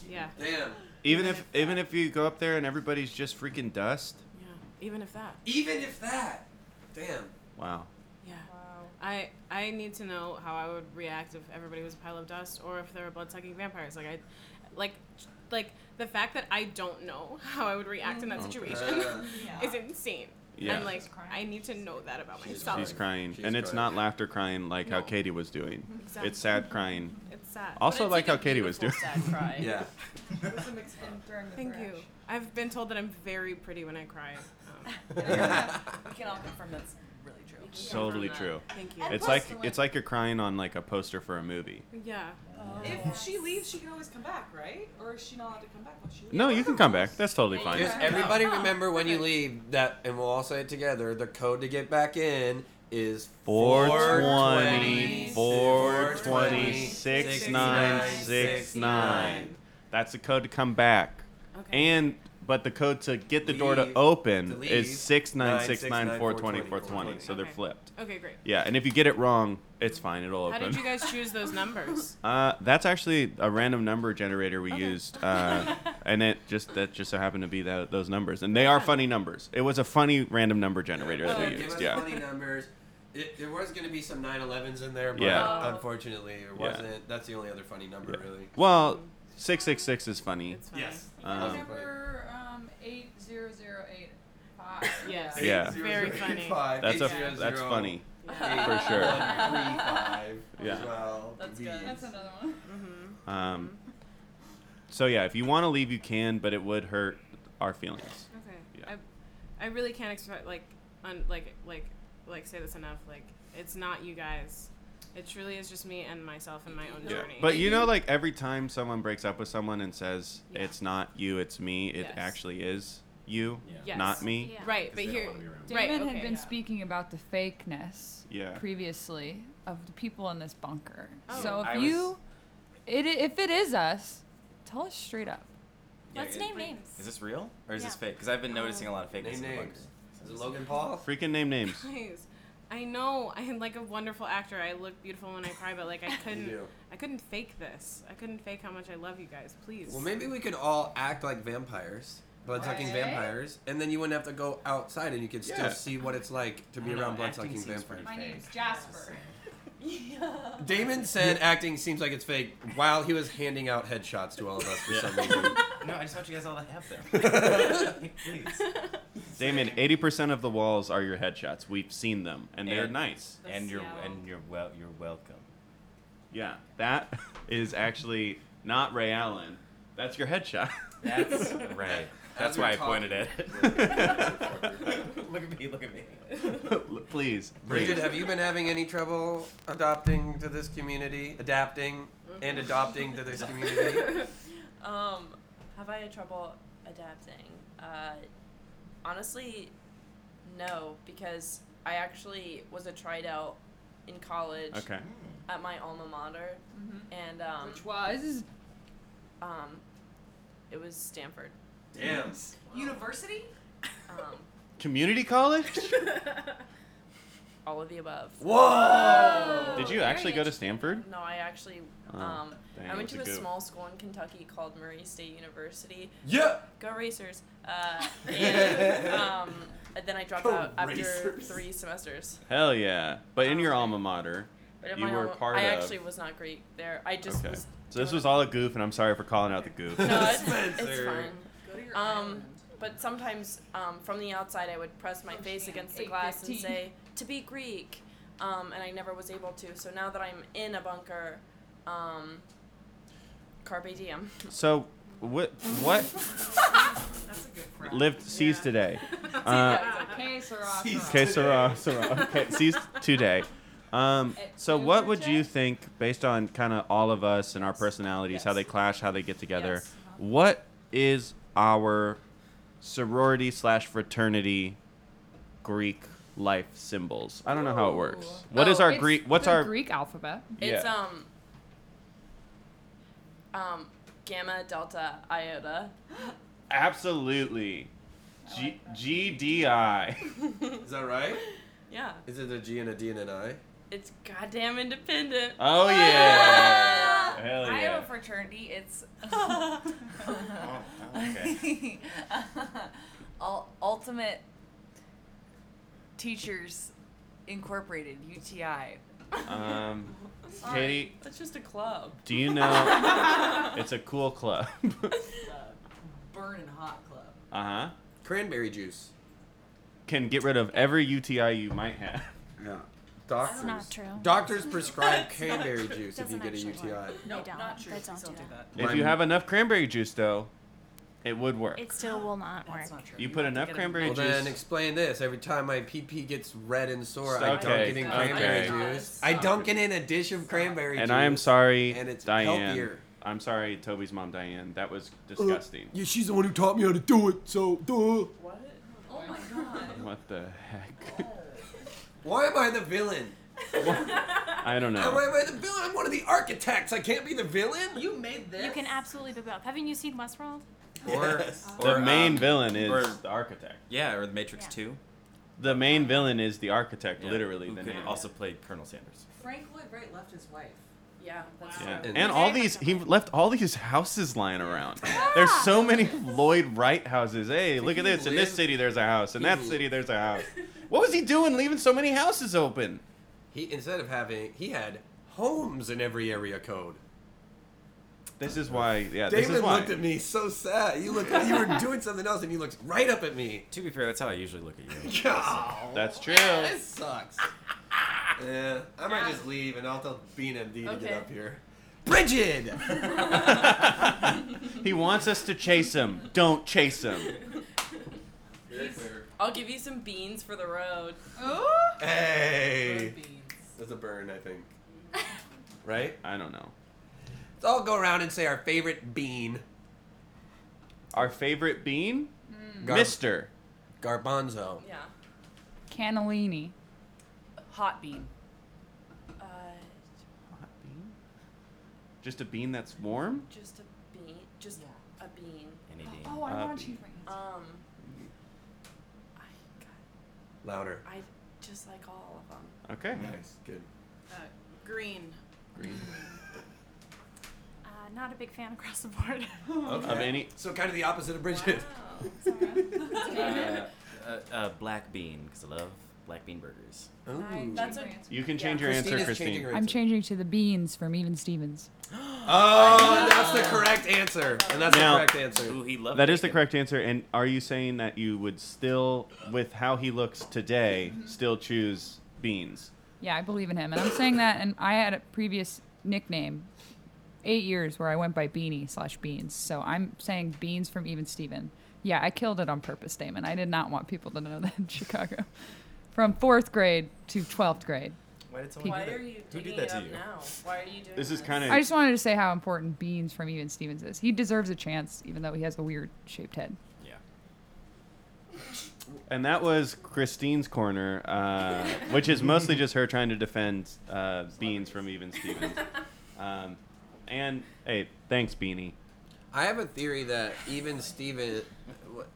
Yeah.
Damn.
Even if even if you go up there and everybody's just freaking dust.
Yeah. Even if that.
Even if that. Damn.
Wow.
Yeah. I I need to know how I would react if everybody was a pile of dust or if there were blood sucking vampires. Like I, like, like the fact that I don't know how I would react in that situation is insane.
Mm-hmm. Yeah.
And like
She's crying.
I need to know that about
She's-
myself.
She's crying,
She's
and it's not
crying.
laughter crying like how
No.
Katie was doing.
Exactly.
It's sad crying.
It's sad.
Also
But it's
like
a
how Katie was
beautiful
doing.
sad cry.
yeah.
Thank you. I've been told that I'm very pretty when I cry. Um,
We can all confirm that's really true.
Totally
from that.
true.
Thank you.
It's like it's like you're crying on like a poster for a movie.
yeah.
If she leaves, she can always come back, right? Or is she not allowed to come back? Will she leave?
No, you can come back. That's totally fine.
Just everybody remember when you leave that, and we'll all say it together. The code to get back in is
420,
420,
420,
6969.
6969. That's the code to come back.
Okay.
And but the code to get the door to
Leave, to
open
leave,
is 6969
969,
420
420.
420. So they're
Okay.
flipped.
okay, great.
Yeah, and if you get it wrong, it's fine. It'll
How did you
open.
guys choose those numbers?
Uh, that's actually a random number generator we used, uh, and it just that just so happened to be that, those numbers, and they are funny numbers. It was a funny random number generator that we
Give
used.
us
Yeah.
Oh, funny numbers. It, there was going to be some 911s in there, but
Yeah.
unfortunately, there wasn't. That's the only other funny number, really.
Well, six six six is funny.
It's fine.
Yes.
Um,
Number um, eight zero zero eight five. five.
Yes.
Yeah.
Very funny.
That's a that's funny for sure. Yeah.
That's good.
That's another one.
Mm-hmm.
Um, so yeah, if you want to leave, you can, but it would hurt our feelings.
Okay.
Yeah.
I, I really can't expect like, un, like, like, like say this enough. Like, it's not you guys. It truly is just me and myself and my own journey.
But you know, like every time someone breaks up with someone and says
Yeah.
it's not you, it's me, it
Yes.
actually is you,
Yes.
not me.
Yeah.
right, but
they don't
here,
wanna be around.
right,
Damon
okay,
had been
yeah.
speaking about the fakeness
Yeah.
previously of the people in this bunker.
Oh.
So if
I
you,
was-
it, if it is us, tell us straight up.
Let's
it-
name names.
Is this real or is
Yeah.
this
Uh-huh.
fake? Because I've been noticing a lot of fakeness
Name
in the
names.
bunker.
Is it Logan Paul?
Freaking name names.
Please. I know I'm like a wonderful actor. I look beautiful when I cry, but like I couldn't,
do.
I couldn't fake this. I couldn't fake how much I love you guys. Please.
Well, maybe we could all act like vampires, bloodsucking
Right.
vampires, and then you wouldn't have to go outside, and you could still
Yeah.
see what it's like to
I
be
don't know,
around
acting
bloodsucking
seems
vampires.
pretty fake.
Jasper.
Damon said acting seems like it's fake while he was handing out headshots to all of us for some reason.
No, I just want you guys all to have them. Please.
Damon, eighty percent of the walls are your headshots. We've seen them, and they're
And-
nice.
and you're
Seattle.
and you're well you're welcome.
Yeah, that is actually not Ray Allen. That's your headshot.
That's right. That's why I pointed at it. look at me, look at me.
please,
Bridget,
please.
have you been having any trouble adopting to this community, adapting and adopting to this community?
Um, have I had trouble adapting? Uh, honestly, no, because I actually was a tried out in college
Okay.
at my alma mater, and um,
Mm-hmm. Which was
um, it was Stanford.
Damn.
University?
Um,
Community college?
all of the above.
Whoa!
Did you actually go to Stanford?
No, I actually.
Oh,
Um,
dang,
I went
that's
to
a
a
good-
small school in Kentucky called Murray State University.
Yeah!
Go Racers! Uh, and, um, and then I dropped
Go
out after
Racers.
three semesters.
Hell yeah! But in your alma mater,
But at
You
my
were
alma-
part
I
of-
actually was not great there. I just
okay.
was.
So this was all a goof, and I'm sorry for calling out the goof.
No, it's, it's
Spencer.
fine.
Go to your
Um,
island. Oh,
but sometimes um, from the outside, I would press my face
damn.
against the glass and
8:15.
say, to be Greek. Um, and I never was able to. So now that I'm in a bunker, um, carpe diem.
So what? What
That's a good friend.
lived sees today? Uh,
Yeah, exactly.
okay, Sarah.
okay, Sarah, Sarah. Okay, sees today. Um, so what would you think, based on kind of all of us and our personalities, how they clash, how they get together?
Yes.
What is our sorority slash fraternity Greek life symbols? I don't know how it works. What is
Oh,
our Greek? What's our
Greek alphabet?
It's
Yeah.
um, um, gamma, delta, iota.
Absolutely. G- GDI.
Is that right?
Yeah,
Is it a G and a D and an I?
it's goddamn independent.
Oh yeah. Hell
I
yeah.
have a fraternity. It's
Oh,
okay.
Ul- Ultimate Teachers Incorporated (UTI).
Um,
Sorry,
Katie,
that's just a club.
do you know? it's a cool club. uh
Burning Hot Club.
huh.
Cranberry juice.
Uh-huh. Can get rid of every UTI you might have.
Yeah. Doctors.
That's not true.
Doctors prescribe cranberry juice if you
Doesn't
get a
actually
UTI.
work.
No,
they don't.
not true.
They
Please
don't do
do
that.
If you
Lime.
have enough cranberry juice, though, it would work.
It still will not work.
That's not true.
you put
have to
enough
get a-
cranberry
Well, then
juice.
explain this. Every time my PP gets red and sore, I dunk
Okay,
it in
okay.
cranberry
Okay.
juice. I dunk it in a dish of cranberry juice.
And I am sorry,
And it's
Diane.
healthier.
I'm sorry, Toby's mom, Diane. That was disgusting.
Uh, Yeah, she's the one who taught me how to do it, so duh.
What? Oh my god.
What the heck?
Why am I the villain?
I don't
Why
know.
am I the villain? I'm one of the architects. I can't be the villain.
You made this.
You can absolutely be both. Haven't you seen Westworld?
Or
The
Or,
main
um,
villain is
or-
the architect.
Yeah, or the Matrix
Yeah.
2.
The main villain is the architect,
Yeah.
literally.
Who
The
could
name.
also play Colonel Sanders.
Frank Lloyd Wright left his wife.
Yeah, that's
Yeah.
And-
And all these, he left all these houses lying around. There's so many Lloyd Wright houses. Hey, look at
He
this. In this
lived-
city, there's a house. In that
he-
city, there's a house. What was he doing leaving so many houses open?
he instead of having he had homes in every area code.
This is why. Yeah,
David
this is why.
looked at me so sad. You looked. You were doing something else, and he looked right up at me.
To be fair, that's how I usually look at you.
God,
That's true.
this sucks. Yeah, I might just leave, and I'll tell Bean MD to
Okay.
get up here. Bridget.
He wants us to chase him. Don't chase him.
I'll give you some beans for the road.
hey. That's a burn, I think. Right?
I don't know.
Let's all go around and say our favorite bean.
Our favorite bean,
Gar-
Mister.
Mm. Garbanzo.
Yeah.
Cannellini.
Hot bean.
Uh,
Hot bean. Just a bean that's warm.
just a bean. Just a bean.
Any day.
Oh, I
Uh,
want to change my answer.
Um. I,
Louder.
I just like all of them.
Okay.
Nice. Good.
Uh, green.
Green.
Uh, not a big fan across the board.
Okay.
Of any.
So kind of the opposite of Bridget.
uh, uh, uh, black bean, because I love black bean burgers.
Ooh.
That's
Change
a-
my answer.
You can change your
Christina's
answer,
changing
Christine.
her
I'm
answer.
changing to the beans from Even Stevens.
Oh, that's the correct answer. And that's
Now-
the correct answer.
Ooh, he loved
That is the
bacon.
correct answer. And are you saying that you would still, with how he looks today, still choose beans?
Yeah, I believe in him, and I'm saying that. And I had a previous nickname, eight years, where I went by Beanie slash Beans. So I'm saying Beans from Even Steven. Yeah, I killed it on purpose, Damon. I did not want people to know that in Chicago. From fourth grade to twelfth grade,
Why did someone
Why
do
are
that?
you
Who
digging
did that
it
to
up
you?
now? Why are you doing
This is kind of.
I just wanted to say how important Beans from Even Stevens is. He deserves a chance, even though he has a weird shaped head.
Yeah.
And that was Christine's corner, uh, which is mostly just her trying to defend uh, Beans from Even Stevens. Um, and hey, thanks, Beanie.
I have a theory that even Steven, what-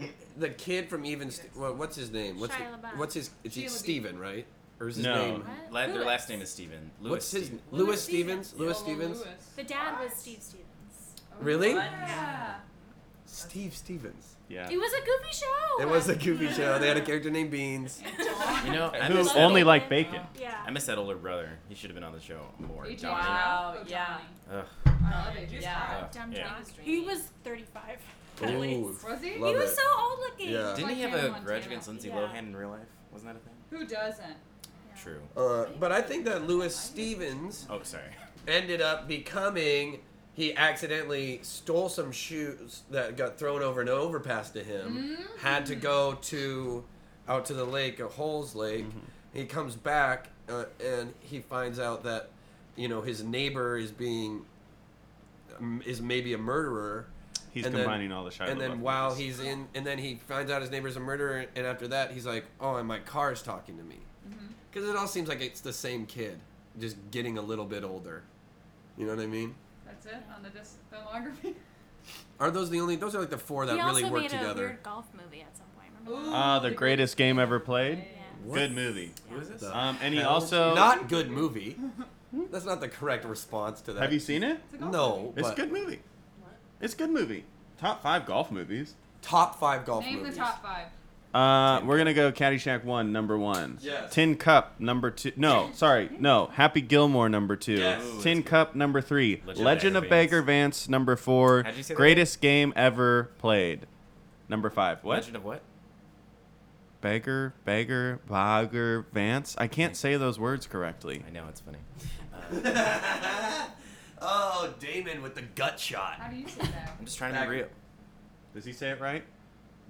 uh, the kid from even, Ste- what- what's his name? What's
Shia LaBeouf.
his, what's his? It's
Shia LaBeouf.
Steven, right? Or is his
No.
name?
La- their
Lewis.
last name is Steven. Lewis.
What's his?
Steven.
Louis, Stevens. Louis Stevens.
The dad was Steve Stevens.
Oh,
Really?
Yeah.
Steve Stevens.
Yeah.
It was a goofy show.
It was a goofy show. They had a character named Beans.
You know, I
Who
miss, that
only
ol-
liked bacon.
Yeah.
I miss that older brother. He should have been on the show more.
Agent
Johnny.
Wow, yeah.
Ugh.
I love it. He's
Yeah.
hot.
Uh,
Dumb
yeah.
Johnny. He was 35. At
Ooh,
least.
Was he?
love
he was
it.
so old looking.
Yeah.
Didn't
Like
he have
Hannah
a
Montana.
grudge against Lindsay
Yeah.
Lohan in real life? Wasn't that a thing?
Who doesn't?
True.
Uh, but I think that Louis Stevens
Oh, sorry.
ended up becoming. He accidentally stole some shoes that got thrown over an overpass to him. Had to go to out to the lake, a Holes Lake. He comes back uh, and he finds out that you know his neighbor is being um, is maybe a murderer.
He's
And then-
combining all the Shia
and
LaBeouf
then while
movies.
he's in, and then he finds out his neighbor's a murderer, and after that he's like, "Oh, and my car's talking to me," because it all seems like it's the same kid, just getting a little bit older. You know what I mean?
That's it on the dis- filmography.
Are those the only? Those are like the four that
he
really
also
work
made a
together.
weird golf movie at some point. Remember that?
Ah, the greatest game ever played.
Yeah.
What
Good movie.
Who is this?
Um, and he also.
not good movie. That's not the correct response to that.
have you seen it?
No,
It's
but
a good movie. It's a good movie. Top five golf movies.
Top five golf
Name
movies.
the top five.
Uh, we're gonna go Caddyshack one, number one.
Yes.
Tin Cup number two. No, sorry, no. Happy Gilmore number two.
Yes. Ooh,
Tin Cup number three.
Legend
Legend,
of
of
Bagger
Bagger Vance number four.
How'd you say that?
Greatest game ever played. Number five. What?
Legend of what?
Bagger, Bagger, Bagger Vance. I can't say those words correctly.
I know it's funny.
oh, Damon with the gut shot.
How do you say that?
I'm just trying to be real.
Does he say it right?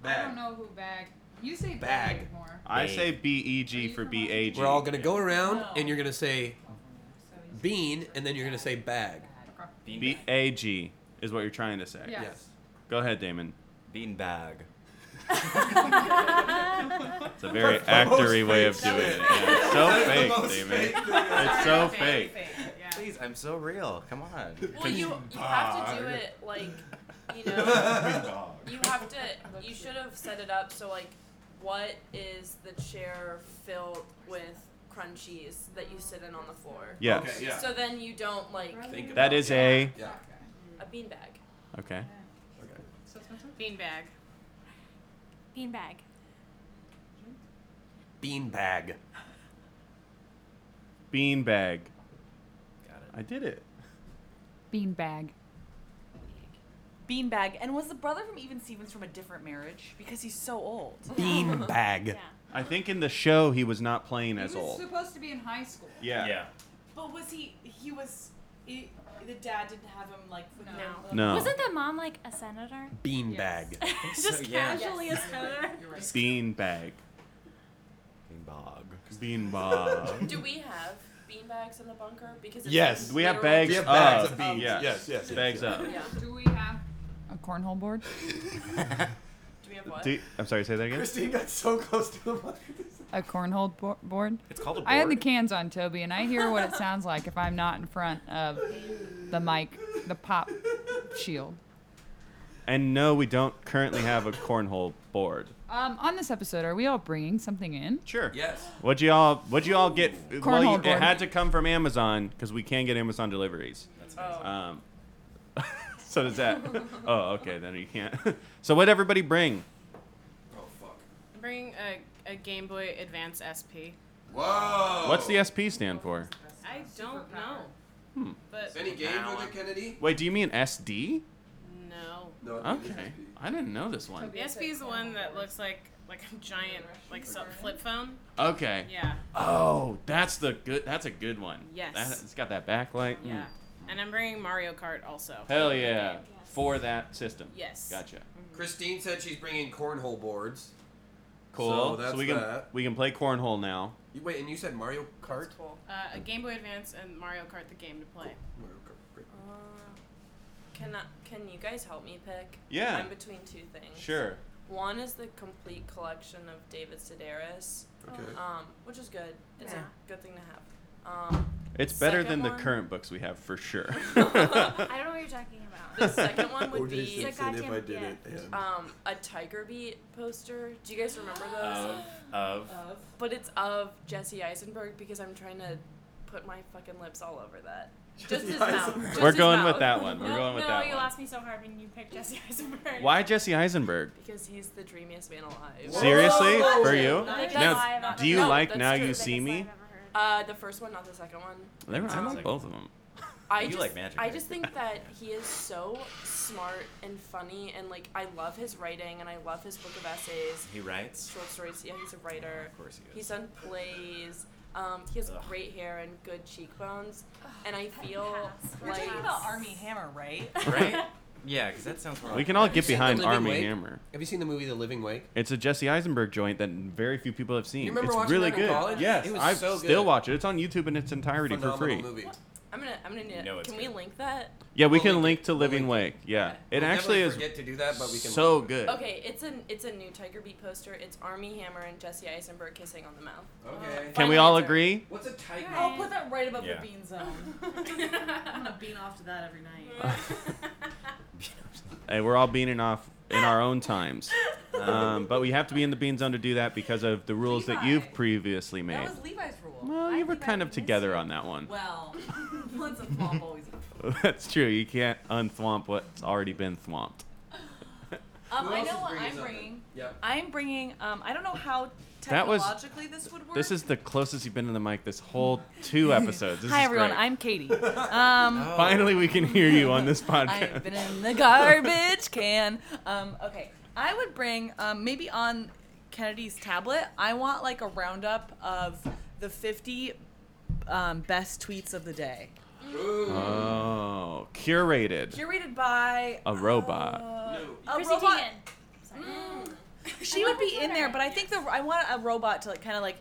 I don't know who bag. You say
Bag.
bag, more.
I
Bag.
say B E G for B A G.
We're all gonna go around, and you're gonna say bean, and then you're gonna say bag.
B A G is what you're trying to say.
Yeah. Yes.
Yes.
Go ahead, Damon.
Bean bag.
It's a very
The most
actory way of
fake
doing
shit.
it. Yeah, it's So
That is the
fake,
most
Damon.
fake thing.
It's so fake.
Please, I'm so real. Come on.
Well, you, you have to do it like, you know, you have to, you should have set it up so like, what is the chair filled with crunchies that you sit in on the floor?
Yes.
So then you don't like
That is a
Yeah.
a beanbag.
okay.
Beanbag. bag.
Beanbag.
Bean bag.
Beanbag.
Got it.
I did it.
Beanbag.
Beanbag. And was the brother from Even Stevens from a different marriage? Because he's so old.
Beanbag. I think in the show he was not playing as
he was
old.
supposed to be in high school.
Yeah. Yeah.
But was he? He was. He, the dad didn't have him like. No.
No.
Wasn't the mom like a senator?
Beanbag.
Just casually
Yes.
a senator.
Beanbag. Beanbog. Beanbog.
Do we have beanbags in the bunker? Because it's
Yes,
like
we have
literal-
bags We have bags of of beans. beans. Yes, yes, yes, bags
yeah.
of.
Yeah.
Do we have a cornhole board?
Do we have what?
Do- I'm sorry, say that again.
Christine
got so close to him.
a cornhole bo- board?
It's called a
I had the
board?
cans on Toby, and I hear what it sounds like if I'm not in front of the mic, the pop shield.
And no, we don't currently have a cornhole board.
Um, on this episode, are we all bringing something in?
Sure.
Yes.
What'd you all? What'd you all get? well,
Cornhole
you,
board.
it had to come from Amazon because we can get Amazon deliveries. That's
amazing.
Um, so does that? oh, okay. Then you can't. so what everybody bring?
Bring a, a Game Boy Advance SP.
Whoa.
What's the SP stand for?
I don't know.
Hmm.
But
Any game with it, Kennedy?
Wait, do you mean SD?
No.
No.
Okay. I didn't know this one.
The SP is the one that looks like like a giant like so, flip phone.
Okay.
Yeah.
Oh, that's the good. That's a good one.
Yes.
That, it's got that backlight. Mm.
Yeah. And I'm bringing Mario Kart also.
Hell yeah. For that system.
Yes.
Gotcha.
Christine said she's bringing cornhole boards.
Cool.
So that's
we can
that.
we can play cornhole now.
You- Wait, and you said Mario Kart?
Uh, a Game Boy Advance and Mario Kart, the game to play.
Mario Kart, great.
Can I, can you guys help me pick?
Yeah.
I'm between two things.
Sure.
One is the complete collection of David Sedaris.
Okay.
Um, which is good. It's
Yeah.
a good thing to have. Um,
It's better
second
than the
one-
current books we have for sure.
I don't know what you're talking about.
The second one would
O.J.
be
Simpson, if I did it, and-
um, a Tiger Beat poster. Do you guys remember those?
Of- of.
But it's of Jesse Eisenberg because I'm trying to put my fucking lips all over that. Just his mouth.
Eisenberg.
Just
We're
his
going
mouth.
with that one. We're
No,
going with
no,
that
you
one.
laughed
Asked me so hard when you picked Jesse Eisenberg.
Why Jesse Eisenberg?
Because he's the dreamiest man alive.
Seriously?
Whoa.
For you?
That's-
Now, do you
No,
like
that's
Now
true.
You See Me?
Uh, the first one, not the second one.
They were- I
Um,
like both of them.
I
You
just,
like magic,
I
right?
just think that he is so smart and funny, and like I love his writing, and I love his book of essays.
He writes?
short stories. Yeah, he's a writer.
Of course he is.
He's done plays. Um, he has
Ugh.
great hair and good cheekbones, and I feel
We're
like
talking about Army Hammer, right?
Right? Yeah, because that sounds wrong.
We can all
Have you
get
seen The
behind
Living
Army
Wake?
Hammer.
Have you seen the movie The Living Wake?
It's a Jesse Eisenberg joint that very few people have seen.
You remember
it's
watching
really
that in
good.
college?
Yes,
It was
I
so
still
good.
watch it. It's on YouTube in its entirety
Phenomenal
for free.
movie.
I'm gonna, I'm gonna.
know it's
can we link that?
Yeah, we can link to Living Wake. Yeah, it
We'll
actually
definitely
is
forget to do that, but we can
so
link
Oh, good.
Okay, it's an it's a new Tiger Beat poster. It's Army Hammer and Jesse Eisenberg kissing on the mouth. Uh,
Okay.
Can we all agree?
What's a tiger?
I'll put that right above
Yeah.
the bean zone.
Um,
I'm gonna bean off to that every
Oh.
night.
Hey, we're all beaning off in our own times. Um, but we have to be in the bean zone to do that because of the rules that you've previously made.
That was Levi's rule.
Well, you were kind of together on that one.
Well, once a flop, always a flop.
That's true. You can't unthwomp what's already been thwomped.
Um,
Who
I
else
know
is
what
bringing
I'm
something?
bringing.
Yeah.
I'm bringing. Um, I don't know how
That was-
technologically this would work.
This is the closest you've been to the mic this whole two episodes. This
Hi
is
everyone,
great. Oh.
I'm Katie. Um,
Finally, we can hear you on this
I've
podcast.
been in the garbage can. Um, okay, I would bring um, maybe on Kennedy's tablet. I want like a roundup of the 50 um, best tweets of the day,
Oh, curated.
curated by
A robot.
uh, a
Chrissy
robot.
Teigen.
Mm. She would be in there, but I think the I want a robot to like kind of like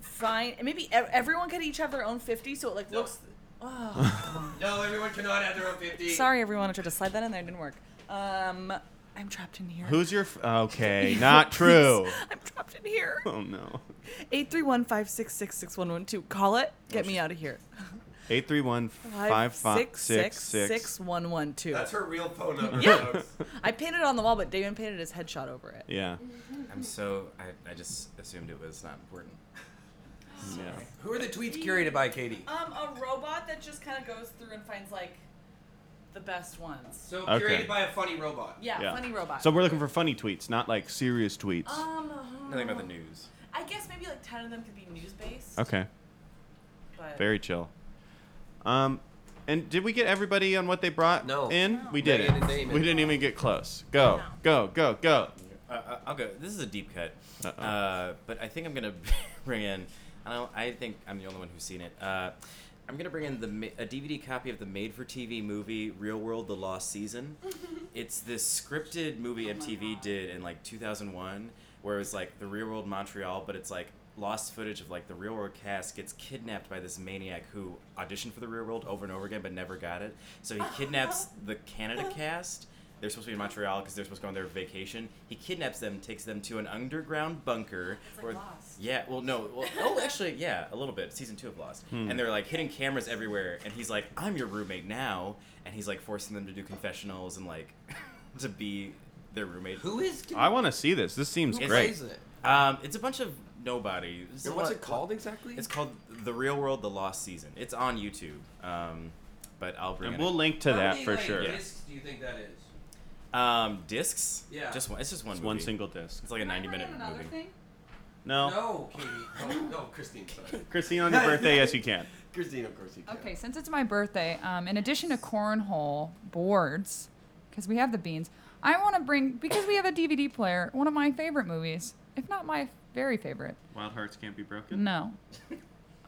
find and maybe e- everyone could each have their own 50, so it like looks. Oh.
No, everyone cannot have their own 50.
Sorry, everyone. I tried to slide that in there. It didn't work. Um, I'm trapped in here.
Who's your? F- okay, not true.
I'm trapped in here.
Oh no.
831-566-6112. Call it. Get me out of here.
Eight three one five five six six.
566-6112.
That's her real phone number.
Yeah.
folks.
I painted it on the wall, but Damon painted his headshot over it.
Yeah.
Mm-hmm.
I'm so. I, I just assumed it was not important.
Yeah.
Who are the tweets curated by Katie?
Um, a robot that just kind of goes through and finds like the best ones.
So
Okay.
curated by a funny robot.
Yeah, funny robot.
So we're looking for funny tweets, not like serious tweets.
Um,
Nothing about the news.
I guess maybe like ten of them could be news based.
Okay.
But
Very chill. Um, And did we get everybody on what they brought no. in? We didn't.
Megan and Damon.
We didn't even get close. Go, go, go, go.
Uh, uh, I'll go. This is a deep cut, uh, but I think I'm gonna bring in. I don't. I think I'm the only one who's seen it. Uh, I'm gonna bring in the ma- a DVD copy of the made-for-TV movie Real World: The Lost Season. it's this scripted movie MTV did in like 2001, where it was like the Real World Montreal, but it's like lost footage of like the Real World cast gets kidnapped by this maniac who auditioned for the Real World over and over again but never got it. So he kidnaps the Canada cast they're supposed to be in Montreal because they're supposed to go on their vacation. He kidnaps them, takes them to an underground bunker. where, Yeah, well, no, well, oh, actually, yeah, a little bit. Season two of Lost,
Hmm.
and they're like hidden cameras everywhere, and he's like, "I'm your roommate now," and he's like forcing them to do confessionals and like to be their roommate. Who is?
I want to see this. This seems
It's-
great.
Um, it's a bunch of nobody. It's
And
a
what's
lot-
it called exactly?
It's called The Real World: The Lost Season. It's on YouTube. Um, but I'll bring.
And
it
we'll
up.
link to that for sure.
do you think that is?
Um, discs.
Yeah.
Just one. It's just one.
It's
movie.
one single disc.
It's like a ninety-minute movie.
No.
No, Katie. Oh, no, Christine. Sorry.
Christine, on your birthday, yes, you can.
Christine, of course you can.
Okay, since it's my birthday, um, in addition to cornhole boards, because we have the beans, I want to bring because we have a DVD player. One of my favorite movies, if not my very favorite.
Wild Hearts can't be broken.
No,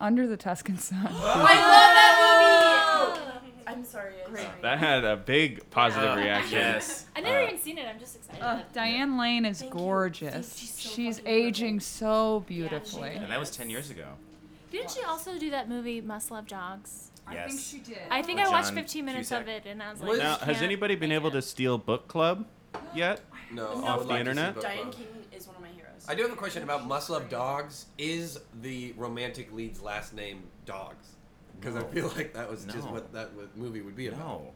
Under the Tuscan Sun.
I love that movie. I'm sorry. I'm sorry.
That had a big positive
Uh,
reaction.
yes.
I've never even seen it. I'm just excited.
Uh, Diane Lane is gorgeous. She's aging so beautifully.
And that was ten years ago.
Didn't she also do that movie Must Love Dogs?
Yes.
think she did.
I think
With
I watched
John
15 minutes of
Cusack.
it and I was like,
Now,
I
has
can't-
anybody been able to steal book club yet?
No. I
Off
would
the
like to see
internet.
Book
Diane
Club.
King is one of my heroes.
I do have a question about Must Love Dogs. Is the romantic lead's last name Dogs? Because
No.
I feel like that was just
No.
what that w- movie would be about.
No.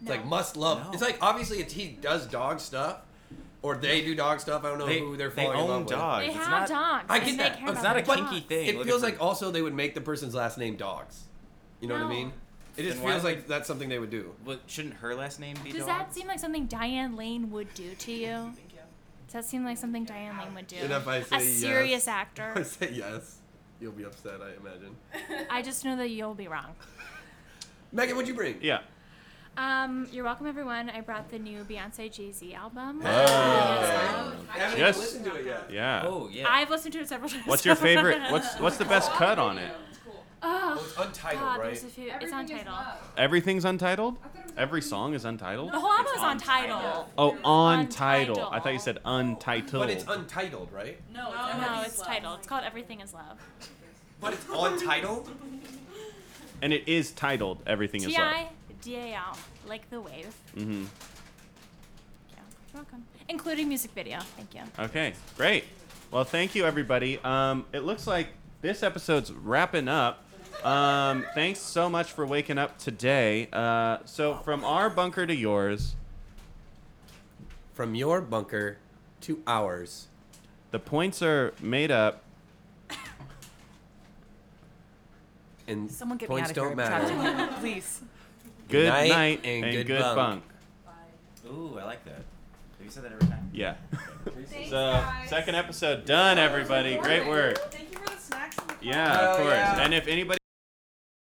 It's like Must Love. It's like obviously it's he does dog stuff, or they do dog stuff. I don't know
They-
who they're
they
falling in
own
love with.
dogs.
They It's have not- dogs,
I
and
get
they
that.
care It's about not a their kinky dogs. thing.
It
Look
feels
at
like also they would make the person's last name Dogs. You know what
No.
I mean? It just
Then why
feels
would-
like that's something they would do.
But shouldn't her last name be
Does that seem like something Diane Lane would do to you? Does that seem like something Diane Lane would do?
And if I say
a
yes-
serious
If I
actor.
say yes, you'll be upset. I imagine.
I just know that you'll be wrong.
Megan, what'd you bring?
Yeah.
Um, you're welcome, everyone. I brought the new Beyonce Jay Z album.
haven't
Yes.
listened to it yet.
Yeah.
Oh yeah.
I've listened to it several times.
What's your favorite? What's what's the best cut on it?
Oh,
it's untitled,
God,
right?
there's a few- It's untitled.
Everything's untitled. Every song is untitled.
The whole album is untitled.
Oh, untitled. I thought you said untitled.
But it's untitled, right?
No, no, it's titled. It's called Everything Is Love.
But it's untitled.
and it is titled. Everything
T
is love.
I D A L, like the wave.
Mm-hmm.
You're welcome. Including music video. Thank you.
Okay, great. Well, thank you, everybody. Um, it looks like this episode's wrapping up. Um, thanks so much for waking up today. Uh, so, from our bunker to yours,
from your bunker to ours,
the points are made up.
And
Someone get
points
me out
don't
of
matter.
here. Matter. Please.
Good
Good
night,
night
and,
and
good,
good bunk.
bunk.
Ooh, I like that. Have you said that every time?
Yeah. so, second episode done, everybody. Great work.
Thank you for the snacks.
Yeah,
Hell
of course.
yeah.
And if anybody